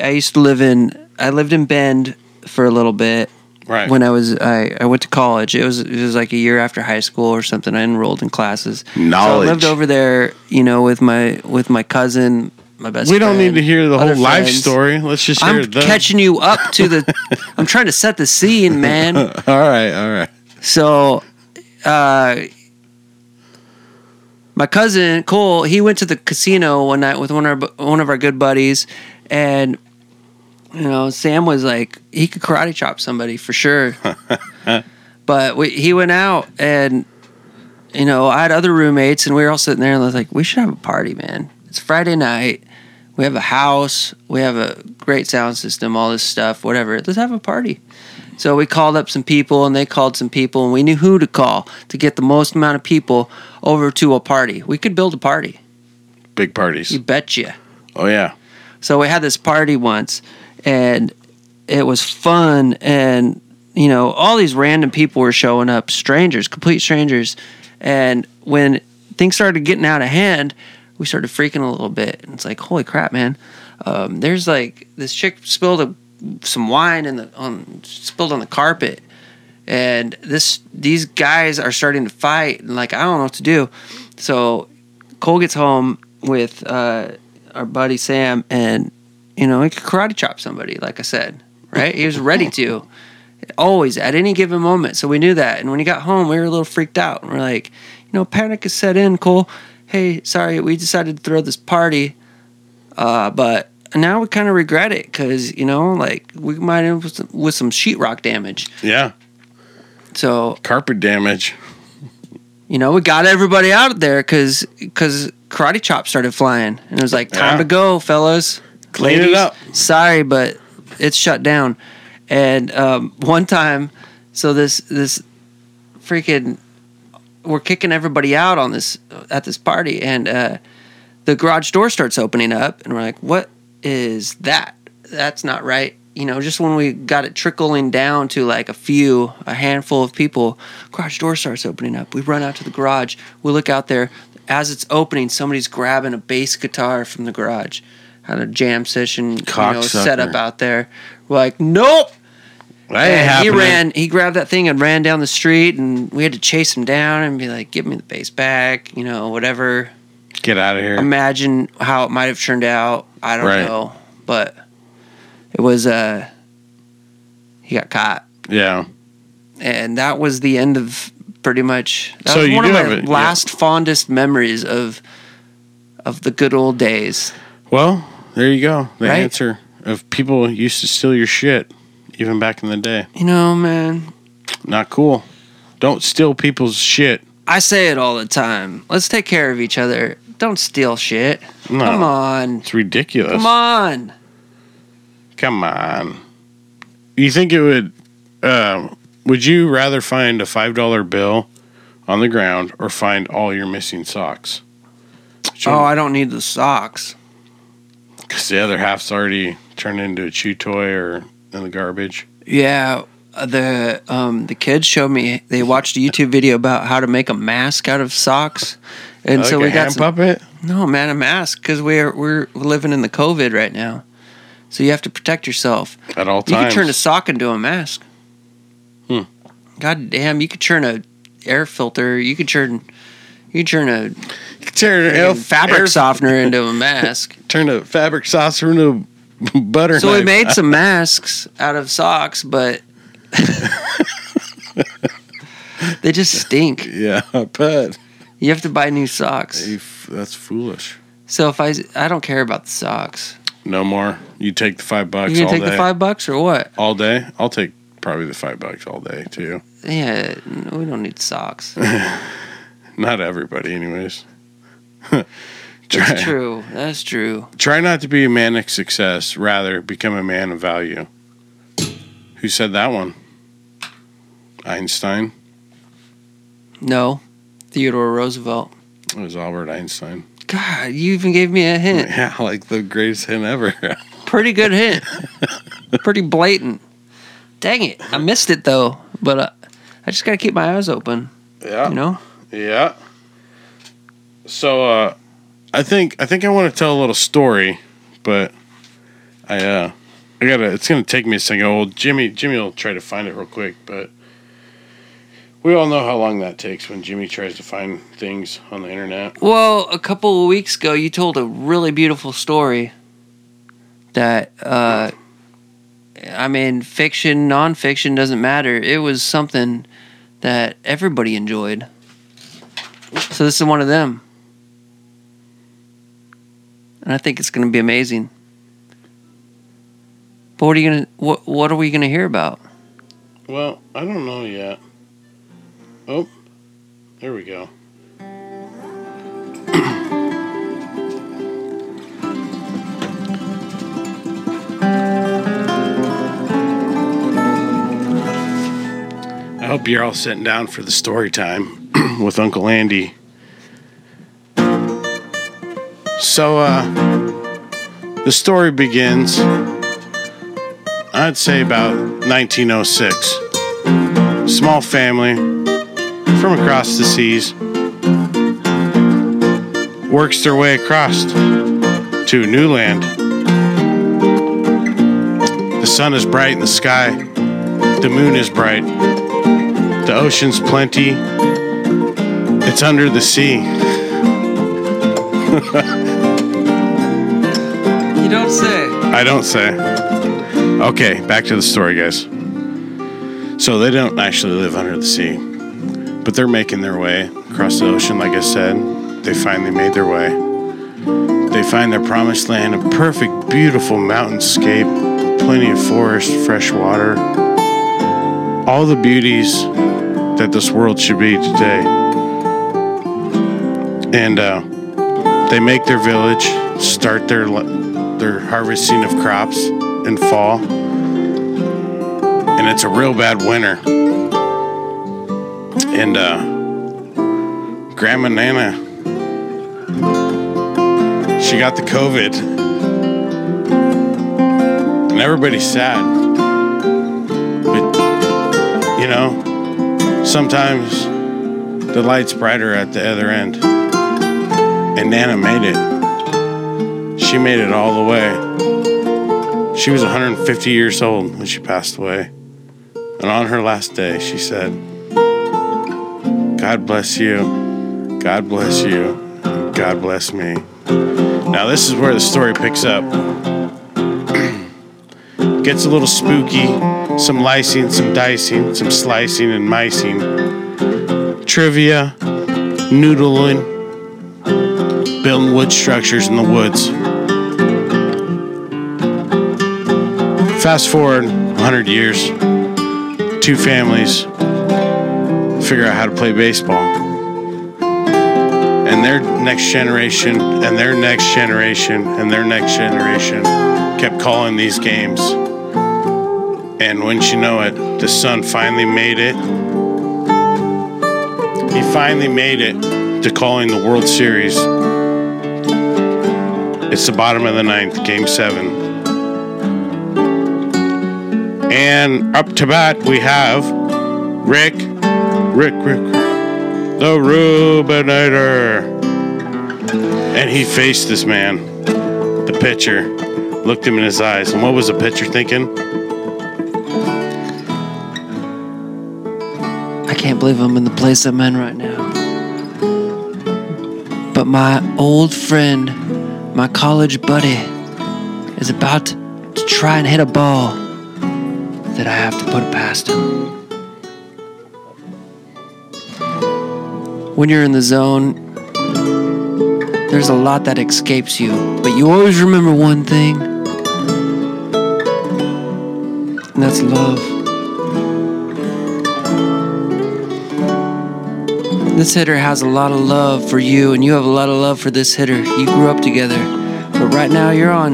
[SPEAKER 1] I used to live in I lived in Bend for a little bit
[SPEAKER 7] Right.
[SPEAKER 1] when I was I, I went to college. It was it was like a year after high school or something. I enrolled in classes. So
[SPEAKER 7] Knowledge.
[SPEAKER 1] I lived over there, you know, with my with my cousin, my best.
[SPEAKER 7] we don't need
[SPEAKER 1] friend,
[SPEAKER 7] to hear the
[SPEAKER 1] other
[SPEAKER 7] whole life
[SPEAKER 1] friends.
[SPEAKER 7] story. Let's just hear
[SPEAKER 1] I'm
[SPEAKER 7] the.
[SPEAKER 1] catching you up to the. I'm trying to set the scene, man.
[SPEAKER 7] all right, all right.
[SPEAKER 1] So, uh, my cousin Cole, he went to the casino one night with one of our, one of our good buddies, and you know Sam was like he could karate chop somebody for sure, but we, he went out and you know I had other roommates and we were all sitting there and I was like we should have a party, man. It's Friday night. We have a house. We have a great sound system. All this stuff, whatever. Let's have a party. So we called up some people and they called some people and we knew who to call to get the most amount of people over to a party. We could build a party.
[SPEAKER 7] Big parties.
[SPEAKER 1] You betcha.
[SPEAKER 7] Oh yeah.
[SPEAKER 1] So we had this party once and it was fun and you know, all these random people were showing up, strangers, complete strangers. And when things started getting out of hand, we started freaking a little bit. And it's like, holy crap, man. Um, there's like this chick spilled a some wine in the on spilled on the carpet and this these guys are starting to fight and like i don't know what to do so cole gets home with uh, our buddy sam and you know he could karate chop somebody like i said right he was ready to always at any given moment so we knew that and when he got home we were a little freaked out and we're like you know panic has set in cole hey sorry we decided to throw this party uh, but now we kind of regret it because you know like we might end up with some, with some sheetrock damage
[SPEAKER 7] Yeah.
[SPEAKER 1] so
[SPEAKER 7] Carpet damage.
[SPEAKER 1] you know we got everybody out there because karate chop started flying and it was like time
[SPEAKER 7] Yeah.
[SPEAKER 1] to go fellas
[SPEAKER 7] Clean it up.
[SPEAKER 1] sorry but it's shut down and um, one time so this this freaking we're kicking everybody out on this uh, at this party and uh, the garage door starts opening up and we're like what is that that's not right you know just when we got it trickling down to like a few a handful of people garage door starts opening up we run out to the garage we look out there as it's opening somebody's grabbing a bass guitar from the garage had a jam session you know, set up
[SPEAKER 7] Cocksucker.
[SPEAKER 1] out there we're like nope
[SPEAKER 7] That ain't
[SPEAKER 1] and he
[SPEAKER 7] happening.
[SPEAKER 1] ran. He grabbed that thing and ran down the street, and we had to chase him down and be like, "Give me the base back," you know, whatever.
[SPEAKER 7] Get out of here.
[SPEAKER 1] Imagine how it might have turned out. I don't
[SPEAKER 7] Right.
[SPEAKER 1] know, but it was. uh He got caught,
[SPEAKER 7] yeah.
[SPEAKER 1] and that was the end of pretty much. That
[SPEAKER 7] So
[SPEAKER 1] was
[SPEAKER 7] you
[SPEAKER 1] one of
[SPEAKER 7] do
[SPEAKER 1] my
[SPEAKER 7] have it, yeah.
[SPEAKER 1] last fondest memories of of the good old days.
[SPEAKER 7] Well, there you go. The
[SPEAKER 1] Right?
[SPEAKER 7] answer of people used to steal your shit even back in the day.
[SPEAKER 1] You know, man.
[SPEAKER 7] Not cool. Don't steal people's shit.
[SPEAKER 1] I say it all the time. Let's take care of each other. Don't steal shit.
[SPEAKER 7] No.
[SPEAKER 1] Come on.
[SPEAKER 7] It's ridiculous.
[SPEAKER 1] Come on.
[SPEAKER 7] Come on. You think it would? Um, would you rather find a five dollar bill on the ground or find all your missing socks?
[SPEAKER 1] Oh, I don't need the socks.
[SPEAKER 7] because the other half's already turned into a chew toy or in the garbage.
[SPEAKER 1] Yeah, uh, the um the kids showed me they watched a YouTube video about how to make a mask out of socks, and
[SPEAKER 7] Like
[SPEAKER 1] so
[SPEAKER 7] a
[SPEAKER 1] we got
[SPEAKER 7] hand
[SPEAKER 1] some,
[SPEAKER 7] puppet.
[SPEAKER 1] no man a mask because we're we're living in the COVID right now, so you have to protect yourself.
[SPEAKER 7] At all
[SPEAKER 1] You
[SPEAKER 7] times.
[SPEAKER 1] could turn a sock into a mask.
[SPEAKER 7] Hmm.
[SPEAKER 1] God damn, you could turn a air filter. You could turn. You could turn a
[SPEAKER 7] turn an elf-
[SPEAKER 1] fabric
[SPEAKER 7] air-
[SPEAKER 1] softener into a mask.
[SPEAKER 7] Turn a fabric saucer into a butter.
[SPEAKER 1] So we
[SPEAKER 7] knife.
[SPEAKER 1] made some masks out of socks, but they just stink.
[SPEAKER 7] Yeah, I bet.
[SPEAKER 1] You have to buy new socks.
[SPEAKER 7] You f- That's foolish.
[SPEAKER 1] So if I, I don't care about the socks.
[SPEAKER 7] No more. You take the five bucks
[SPEAKER 1] You gonna
[SPEAKER 7] all
[SPEAKER 1] take
[SPEAKER 7] day.
[SPEAKER 1] the five bucks or what?
[SPEAKER 7] all day. I'll take probably the five bucks all day too.
[SPEAKER 1] Yeah, no, we don't need socks.
[SPEAKER 7] Not everybody, anyways. try,
[SPEAKER 1] That's true. That's true.
[SPEAKER 7] try not to be a man of success. Rather, become a man of value. Who said that one? Einstein.
[SPEAKER 1] No, Theodore Roosevelt.
[SPEAKER 7] It was Albert Einstein.
[SPEAKER 1] God, you even gave me a hint.
[SPEAKER 7] Yeah, like the greatest hint ever.
[SPEAKER 1] Pretty good hint. Pretty blatant. Dang it, I missed it though. But uh, I just gotta keep my eyes open.
[SPEAKER 7] yeah.
[SPEAKER 1] You know.
[SPEAKER 7] Yeah. So uh I think I think I want to tell a little story, but I uh I gotta it's gonna take me a second. Old Jimmy Jimmy will try to find it real quick, but we all know how long that takes when Jimmy tries to find things on the internet.
[SPEAKER 1] Well, a couple of weeks ago, you told a really beautiful story that, uh, I mean, fiction, nonfiction doesn't matter. It was something that everybody enjoyed. So this is one of them. and I think it's going to be amazing. But what are you going to what What are we going to hear about?
[SPEAKER 7] Well, I don't know yet. Oh, there we go. I hope you're all sitting down for the story time with Uncle Andy. So, uh, the story begins, I'd say about 1906. Small family from across the seas works their way across to new land. The sun is bright in the sky, the moon is bright, the ocean's plenty, it's under the sea.
[SPEAKER 1] You don't say.
[SPEAKER 7] I don't say. Okay, back to the story, guys. So they don't actually live under the sea, but they're making their way across the ocean, like I said. They finally made their way. They find their promised land, a perfect, beautiful mountainscape, plenty of forest, fresh water, all the beauties that this world should be today. And uh, they make their village, start their li- their harvesting of crops in fall. And it's a real bad winter. And uh, Grandma Nana, she got the COVID. And everybody's sad. But, you know, sometimes the light's brighter at the other end. And Nana made it. She made it all the way. She was 150 years old when she passed away. And on her last day, she said, God bless you. God bless you. God bless me. Now, this is where the story picks up. Gets a little spooky. Some licing, some dicing, some slicing and micing. Trivia, noodling, building wood structures in the woods. Fast forward 100 years, two families figure out how to play baseball. And their next generation, and their next generation, and their next generation kept calling these games. And wouldn't you know it, the son finally made it. He finally made it to calling the World Series. It's the bottom of the ninth, game seven. And up to bat, we have Rick, Rick, Rick, the Rubinator. And he faced this man, the pitcher, looked him in his eyes. And what was the pitcher thinking?
[SPEAKER 1] I can't believe I'm in the place I'm in right now. But my old friend, my college buddy, is about to try and hit a ball that I have to put past him. When you're in the zone, there's a lot that escapes you, but you always remember one thing, and that's love. This hitter has a lot of love for you, and you have a lot of love for this hitter. You grew up together, but right now you're on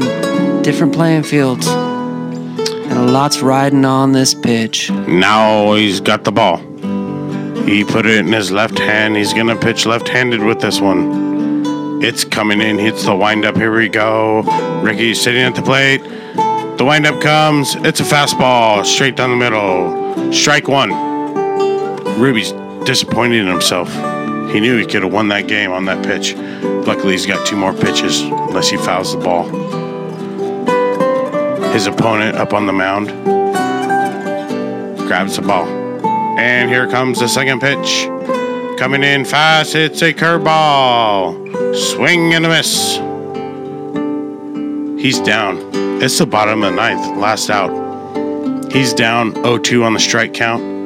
[SPEAKER 1] different playing fields, and a lot's riding on this pitch.
[SPEAKER 7] Now he's got the ball. He put it in his left hand. He's going to pitch left handed with this one. It's coming in, hits the windup. Here we go. Ricky's sitting at the plate. The windup comes. It's a fastball straight down the middle. Strike one. Ruby's disappointed in himself. He knew he could have won that game on that pitch. Luckily, he's got two more pitches unless he fouls the ball. His opponent up on the mound grabs the ball. And here comes the second pitch. Coming in fast, it's a curveball. Swing and a miss. He's down. It's the bottom of the ninth, last out. He's down 0 2 on the strike count.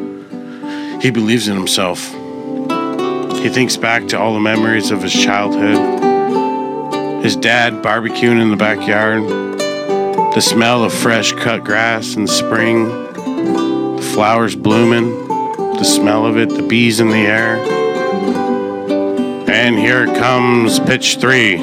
[SPEAKER 7] He believes in himself. He thinks back to all the memories of his childhood. his dad barbecuing in the backyard, the smell of fresh cut grass in spring, the flowers blooming, the smell of it, the bees in the air. And here comes pitch three.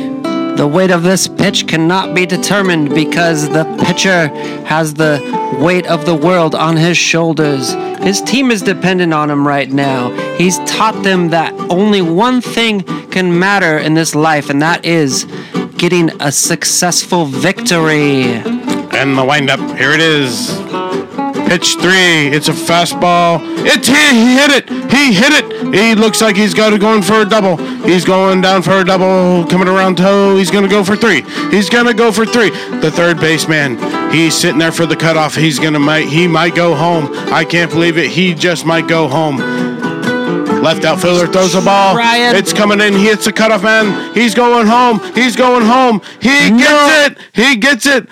[SPEAKER 1] The weight of this pitch cannot be determined because the pitcher has the weight of the world on his shoulders. His team is dependent on him right now. He's taught them that only one thing can matter in this life, and that is getting a successful victory.
[SPEAKER 7] And the windup, here it is. Pitch three. It's a fastball. It's he, he hit it. He hit it. He looks like he's got to going for a double. He's going down for a double. Coming around toe. He's gonna go for three. He's gonna go for three. The third baseman. He's sitting there for the cutoff. He's gonna might he might go home. I can't believe it. He just might go home. Left outfielder throws the ball.
[SPEAKER 1] Ryan.
[SPEAKER 7] It's coming in. He hits the cutoff man. He's going home. He's going home. He gets it. He gets it.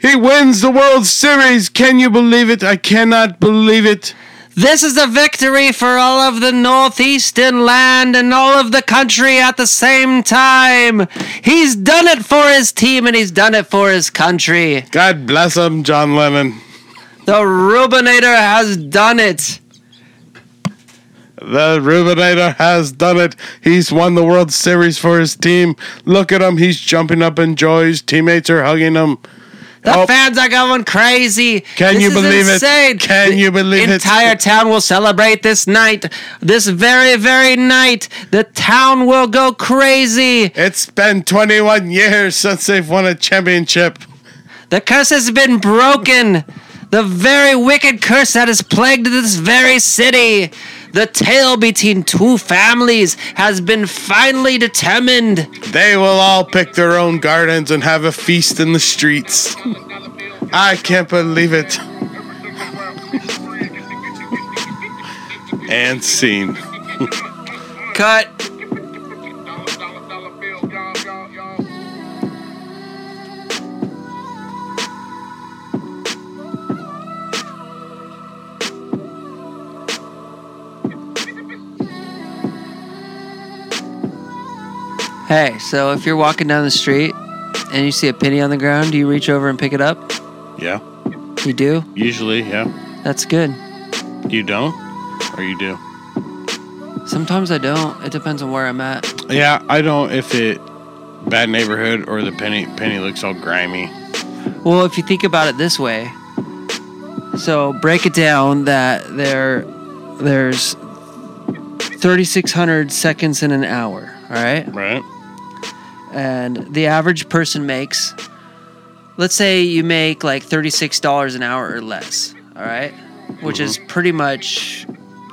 [SPEAKER 7] He wins the World Series. Can you believe it? I cannot believe it.
[SPEAKER 1] This is a victory for all of the northeastern land and all of the country at the same time. He's done it for his team and he's done it for his country.
[SPEAKER 7] God bless him, John Lennon.
[SPEAKER 1] The Rubinator has done it.
[SPEAKER 7] The Rubinator has done it. He's won the World Series for his team. Look at him. He's jumping up in joy. His teammates are hugging him.
[SPEAKER 1] The
[SPEAKER 7] Oh.
[SPEAKER 1] fans are going crazy.
[SPEAKER 7] Can
[SPEAKER 1] This
[SPEAKER 7] you
[SPEAKER 1] is
[SPEAKER 7] believe it?
[SPEAKER 1] insane.
[SPEAKER 7] Can
[SPEAKER 1] The
[SPEAKER 7] you believe it?
[SPEAKER 1] Entire town will celebrate this night. This very, very night. The town will go crazy.
[SPEAKER 7] It's been 21 years since they've won a championship.
[SPEAKER 1] The curse has been broken. The very wicked curse that has plagued this very city. The tale between two families has been finally determined.
[SPEAKER 7] They will all pick their own gardens and have a feast in the streets. I can't believe it. and scene.
[SPEAKER 1] Cut. Hey, so if you're walking down the street and you see a penny on the ground, do you reach over and pick it up?
[SPEAKER 7] Yeah,
[SPEAKER 1] You do?
[SPEAKER 7] usually, yeah.
[SPEAKER 1] That's good.
[SPEAKER 7] You don't? Or you do?
[SPEAKER 1] Sometimes I don't. It depends on where I'm at.
[SPEAKER 7] Yeah, I don't if it bad neighborhood or the penny penny looks all grimy.
[SPEAKER 1] Well, if you think about it this way, so break it down that there, there's 3,600 seconds in an hour. All right,
[SPEAKER 7] Right?
[SPEAKER 1] and the average person makes, let's say you make like thirty-six dollars an hour or less. All right, which is
[SPEAKER 7] Mm-hmm.
[SPEAKER 1] pretty much,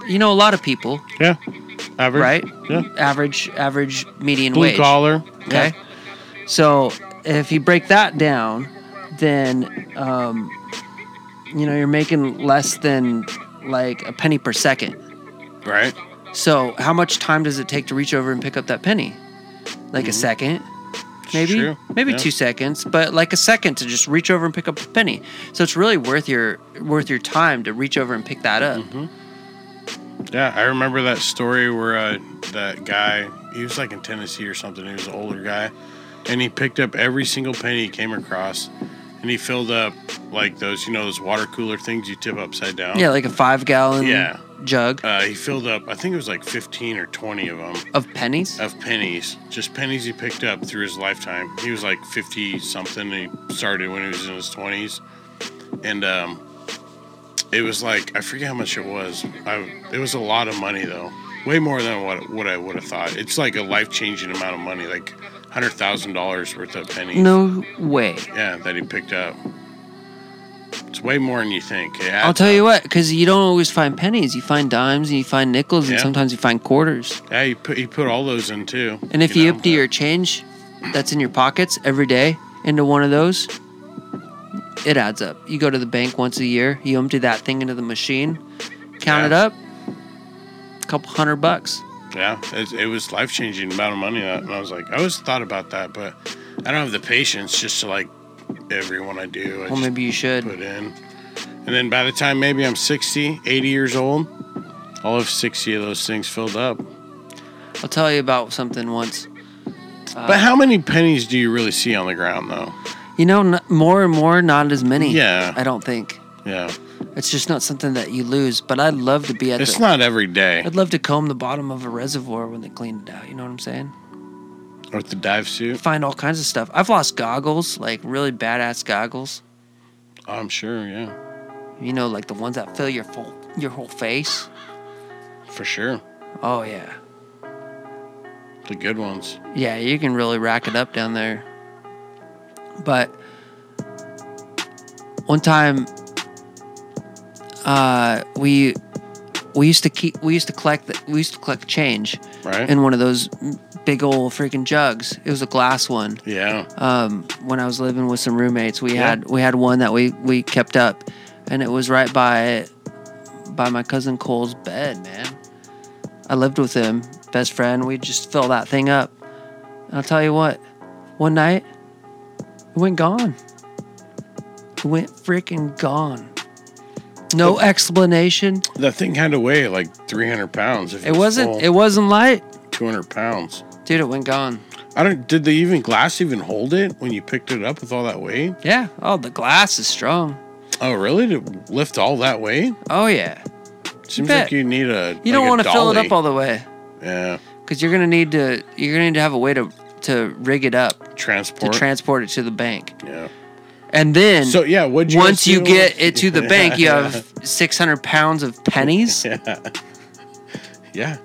[SPEAKER 1] you know, a lot of people,
[SPEAKER 7] Yeah. Average.
[SPEAKER 1] right?
[SPEAKER 7] Yeah.
[SPEAKER 1] Average, average median
[SPEAKER 7] Blue
[SPEAKER 1] wage.
[SPEAKER 7] collar.
[SPEAKER 1] Okay. So if you break that down, then um, you know you're making less than like a penny per second.
[SPEAKER 7] Yeah, Right?
[SPEAKER 1] So how much time does it take to reach over and pick up that penny? Like a second, maybe,
[SPEAKER 7] Mm-hmm. True.
[SPEAKER 1] maybe
[SPEAKER 7] Yeah.
[SPEAKER 1] two seconds, but like a second to just reach over and pick up a penny. So it's really worth your worth your time to reach over and pick that up.
[SPEAKER 7] Mm-hmm. Yeah, I remember that story where uh, that guy, he was like in Tennessee or something. He was an older guy, and he picked up every single penny he came across, and he filled up like those, you know, those water cooler things you tip upside down.
[SPEAKER 1] Yeah, like a five gallon
[SPEAKER 7] Yeah.
[SPEAKER 1] jug
[SPEAKER 7] Uh, he filled up, I think it was like 15 or 20 of them
[SPEAKER 1] of pennies.
[SPEAKER 7] of pennies, just pennies he picked up through his lifetime. He was like 50 something. and He started when he was in his 20s. And um, it was like, I forget how much it was. I, it was a lot of money, though. Way more than what, what I would have thought. It's like a life changing amount of money, like $100,000 worth of pennies.
[SPEAKER 1] No way.
[SPEAKER 7] Yeah, that he picked up. It's way more than you think. It
[SPEAKER 1] I'll
[SPEAKER 7] adds
[SPEAKER 1] tell
[SPEAKER 7] up.
[SPEAKER 1] you what, because you don't always find pennies. You find dimes and you find nickels and
[SPEAKER 7] Yeah.
[SPEAKER 1] sometimes you find quarters.
[SPEAKER 7] Yeah, he put, he put all those in, too.
[SPEAKER 1] And if you,
[SPEAKER 7] know,
[SPEAKER 1] empty
[SPEAKER 7] but-
[SPEAKER 1] your change that's in your pockets every day into one of those, it adds up. You go to the bank once a year, you empty that thing into the machine, count
[SPEAKER 7] Yeah.
[SPEAKER 1] it up, a couple hundred bucks.
[SPEAKER 7] Yeah, it, it was life changing amount of money, and I was like, I always thought about that, but I don't have the patience just to like everyone I do. I
[SPEAKER 1] Well,
[SPEAKER 7] just
[SPEAKER 1] maybe you should.
[SPEAKER 7] put in, and then by the time maybe I'm 60, 80 years old,
[SPEAKER 1] Uh,
[SPEAKER 7] I'll have 60 of those things filled up.
[SPEAKER 1] I'll tell you about something once.
[SPEAKER 7] but how many pennies do you really see on the ground, though?
[SPEAKER 1] You know, n- more and more, not as many.
[SPEAKER 7] Yeah.
[SPEAKER 1] I don't think
[SPEAKER 7] Yeah,
[SPEAKER 1] it's just not something that you lose. But I'd love to be at.
[SPEAKER 7] it's
[SPEAKER 1] the,
[SPEAKER 7] not every day.
[SPEAKER 1] I'd love to comb the bottom of a reservoir when they cleaned it out. You know what I'm saying?
[SPEAKER 7] With the dive suit,
[SPEAKER 1] Find all kinds of stuff. I've lost goggles, like really badass goggles.
[SPEAKER 7] I'm sure. Yeah,
[SPEAKER 1] You know, like the ones that fill your full your whole face.
[SPEAKER 7] for sure.
[SPEAKER 1] Oh yeah,
[SPEAKER 7] The good ones.
[SPEAKER 1] yeah. You can really rack it up down there. But one time, uh, we we used to keep we used to collect the, we used to collect change
[SPEAKER 7] Right.
[SPEAKER 1] in one of those big old freaking jugs. It was a glass one.
[SPEAKER 7] Yeah.
[SPEAKER 1] um, when I was living with some roommates, we
[SPEAKER 7] Yeah.
[SPEAKER 1] had we had one that we we kept up, and it was right by by my cousin Cole's bed, man. I lived with him, best friend. We just fill that thing up. And I'll tell you what, one night it went gone. It went freaking gone. No explanation.
[SPEAKER 7] That thing had to weigh like 300 pounds. If
[SPEAKER 1] It wasn't. It wasn't light,
[SPEAKER 7] 200 pounds.
[SPEAKER 1] dude. It went gone.
[SPEAKER 7] I don't. Did the even glass even hold it when you picked it up with all that weight?
[SPEAKER 1] Yeah. Oh, the glass is strong.
[SPEAKER 7] Oh, really? To lift all that weight?
[SPEAKER 1] Oh yeah.
[SPEAKER 7] Seems
[SPEAKER 1] bet.
[SPEAKER 7] like you need a.
[SPEAKER 1] You don't want to fill it up all the way.
[SPEAKER 7] Yeah.
[SPEAKER 1] because you're gonna need to you're gonna need to have a way to to rig it up to
[SPEAKER 7] Transport.
[SPEAKER 1] transport it to the bank,
[SPEAKER 7] yeah.
[SPEAKER 1] and then
[SPEAKER 7] So yeah, what you
[SPEAKER 1] once you
[SPEAKER 7] assume-
[SPEAKER 1] get it to the bank, you have 600 pounds of pennies.
[SPEAKER 7] yeah.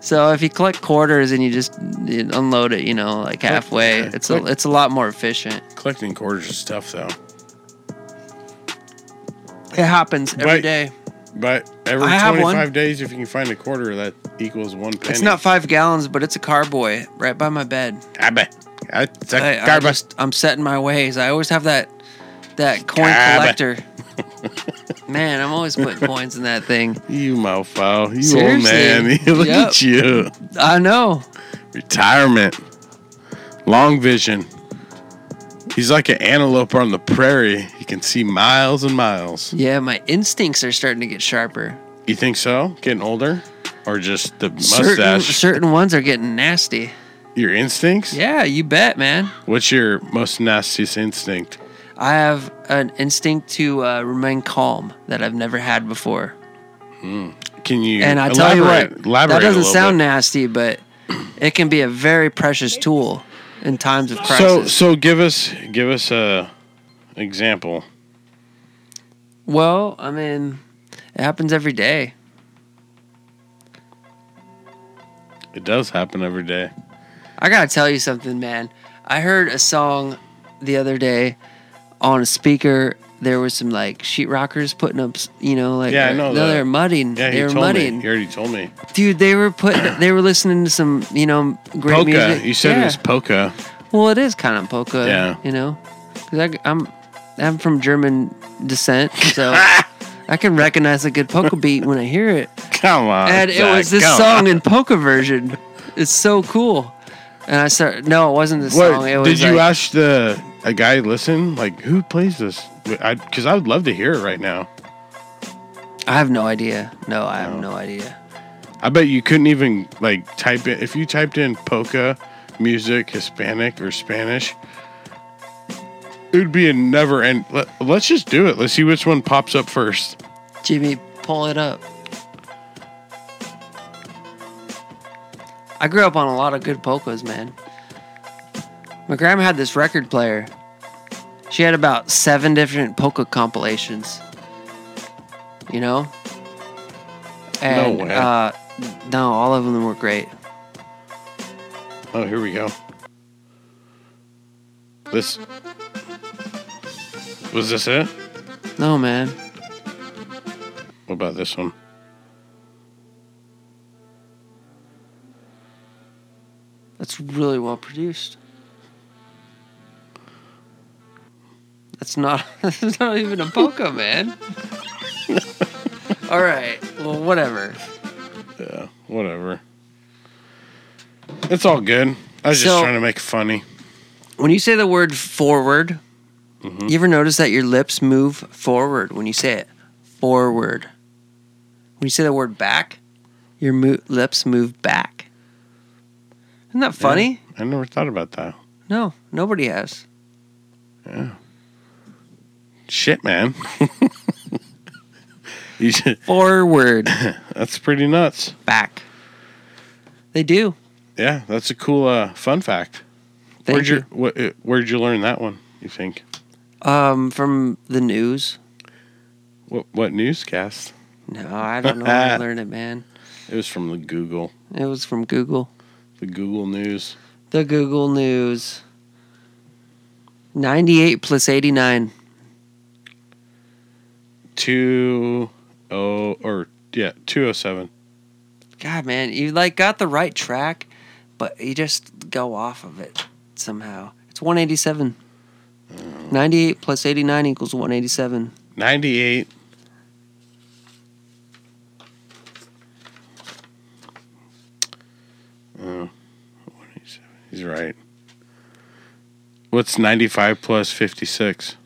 [SPEAKER 1] So if you collect quarters and you just you unload it, you know, like halfway,
[SPEAKER 7] yeah,
[SPEAKER 1] it's
[SPEAKER 7] quick.
[SPEAKER 1] a it's a lot more efficient.
[SPEAKER 7] Collecting quarters is tough though,
[SPEAKER 1] It happens every
[SPEAKER 7] Right.
[SPEAKER 1] day.
[SPEAKER 7] but every
[SPEAKER 1] I have one.
[SPEAKER 7] 25 days, if you can find a quarter, that equals one penny.
[SPEAKER 1] It's not five gallons, but it's a carboy right by my bed.
[SPEAKER 7] I bet. I, it's a
[SPEAKER 1] I, I
[SPEAKER 7] garbage.
[SPEAKER 1] just, I'm setting my ways. I always have that that coin
[SPEAKER 7] Carbo-
[SPEAKER 1] collector. Man, I'm always putting coins in that thing.
[SPEAKER 7] you mofo. You old
[SPEAKER 1] Seriously.
[SPEAKER 7] man. Look
[SPEAKER 1] Yep.
[SPEAKER 7] at you.
[SPEAKER 1] I know.
[SPEAKER 7] Retirement. Long vision. He's like an antelope on the prairie. He can see miles and miles.
[SPEAKER 1] Yeah, my instincts are starting to get sharper.
[SPEAKER 7] You think so? Getting older? Or just the
[SPEAKER 1] Certain,
[SPEAKER 7] mustache?
[SPEAKER 1] certain ones are getting nasty.
[SPEAKER 7] Your instincts?
[SPEAKER 1] Yeah, you bet, man.
[SPEAKER 7] What's your most nastiest instinct?
[SPEAKER 1] I have an instinct to uh, remain calm that I've never had before.
[SPEAKER 7] Can you
[SPEAKER 1] And I tell you
[SPEAKER 7] elaborate-
[SPEAKER 1] what,
[SPEAKER 7] elaborate
[SPEAKER 1] that
[SPEAKER 7] a
[SPEAKER 1] doesn't
[SPEAKER 7] little
[SPEAKER 1] sound
[SPEAKER 7] bit?
[SPEAKER 1] nasty, but it can be a very precious tool in times of crisis.
[SPEAKER 7] So so give us give us a example.
[SPEAKER 1] well, I mean, it happens every day.
[SPEAKER 7] It does happen every day.
[SPEAKER 1] I gotta tell you something, man. I heard a song the other day on a speaker. There was some like sheetrockers putting up, s- you know, like
[SPEAKER 7] Yeah, I know
[SPEAKER 1] no,
[SPEAKER 7] that.
[SPEAKER 1] they're mudding.
[SPEAKER 7] Yeah,
[SPEAKER 1] they
[SPEAKER 7] you
[SPEAKER 1] were
[SPEAKER 7] told
[SPEAKER 1] mudding,
[SPEAKER 7] me. You already told me.
[SPEAKER 1] dude. They were putting. They were listening to some, you know, great
[SPEAKER 7] Polka.
[SPEAKER 1] music.
[SPEAKER 7] You said
[SPEAKER 1] yeah.
[SPEAKER 7] it was polka.
[SPEAKER 1] Well, it is kind of polka.
[SPEAKER 7] Yeah.
[SPEAKER 1] You know, because I'm I'm from German descent, so I can recognize a good polka beat when I hear it.
[SPEAKER 7] Come on.
[SPEAKER 1] and it was
[SPEAKER 7] Zach,
[SPEAKER 1] this
[SPEAKER 7] come
[SPEAKER 1] song in polka version. It's so cool. And I started. No, it wasn't the
[SPEAKER 7] What
[SPEAKER 1] song. It was
[SPEAKER 7] did you
[SPEAKER 1] like-
[SPEAKER 7] ask the a guy listen like who plays this? I because I would love to hear it right now.
[SPEAKER 1] I have no idea. No, I have no idea.
[SPEAKER 7] I bet you couldn't even like type it if you typed in polka music Hispanic or Spanish. It would be a never end. Let, let's just do it. Let's see which one pops up first.
[SPEAKER 1] Jimmy, pull it up. I grew up on a lot of good polkas, man. My grandma had this record player. She had about seven different polka compilations. You know? And,
[SPEAKER 7] way.
[SPEAKER 1] Uh, no, all of them were great.
[SPEAKER 7] Oh, here we go. This was this it?
[SPEAKER 1] No, man.
[SPEAKER 7] What about this one?
[SPEAKER 1] That's really well produced. That's not that's not even a polka, man. All right. Well, whatever.
[SPEAKER 7] Whatever. It's all good. I was just
[SPEAKER 1] So-
[SPEAKER 7] trying to make it funny.
[SPEAKER 1] When you say the word forward, you ever notice that your lips move forward when you say it? Forward. When you say the word back, your mo- lips move back. Isn't that funny?
[SPEAKER 7] I never thought about that.
[SPEAKER 1] No, nobody has.
[SPEAKER 7] Shit, man. you should,
[SPEAKER 1] Forward,
[SPEAKER 7] that's pretty nuts.
[SPEAKER 1] back. They do.
[SPEAKER 7] Yeah, that's a cool uh, fun fact.
[SPEAKER 1] Thank
[SPEAKER 7] where'd you, wh- uh, where'd you learn that one? You think
[SPEAKER 1] you. Um, from the news.
[SPEAKER 7] what what newscast?
[SPEAKER 1] No, I don't know how I learned it, man.
[SPEAKER 7] It was from the Google,
[SPEAKER 1] It was from Google.
[SPEAKER 7] the Google News.
[SPEAKER 1] The Google News. 98 plus 89.
[SPEAKER 7] Two oh or yeah two oh seven.
[SPEAKER 1] God, man, you like got the right track, but you just go off of it somehow. It's 187. 98 plus 89 equals 187.
[SPEAKER 7] 98 Oh, 187. He's right. What's 95 plus 56?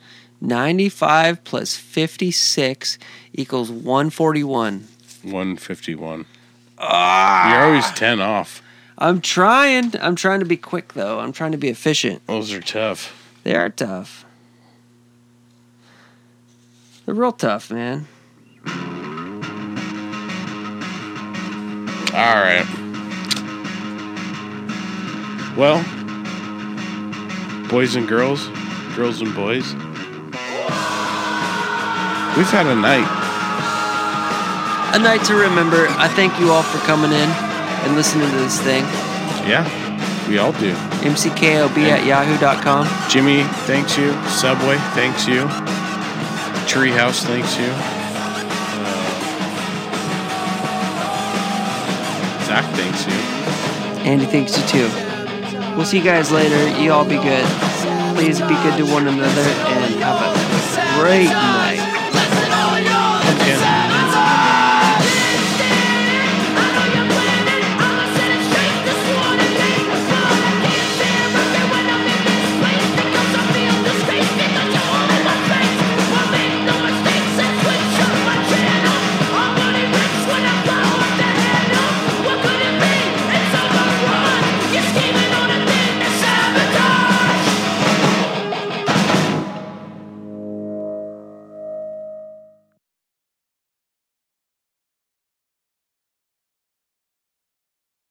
[SPEAKER 1] 95 plus 56 equals 141.
[SPEAKER 7] 151. You're always 10 off.
[SPEAKER 1] I'm trying. I'm trying to be quick, though. I'm trying to be efficient.
[SPEAKER 7] Those are tough.
[SPEAKER 1] They are tough. They're real tough, man.
[SPEAKER 7] All right. Well, boys and girls, girls and boys, we've had a night.
[SPEAKER 1] A night to remember. I thank you all for coming in and listening to this thing.
[SPEAKER 7] Yeah, we all do.
[SPEAKER 1] MCKOB at yahoo.com.
[SPEAKER 7] Jimmy thanks you. Subway thanks you. Treehouse thanks you. Uh, Zach thanks you.
[SPEAKER 1] Andy thanks you too. We'll see you guys later. You all be good. Please be good to one another and have a great night.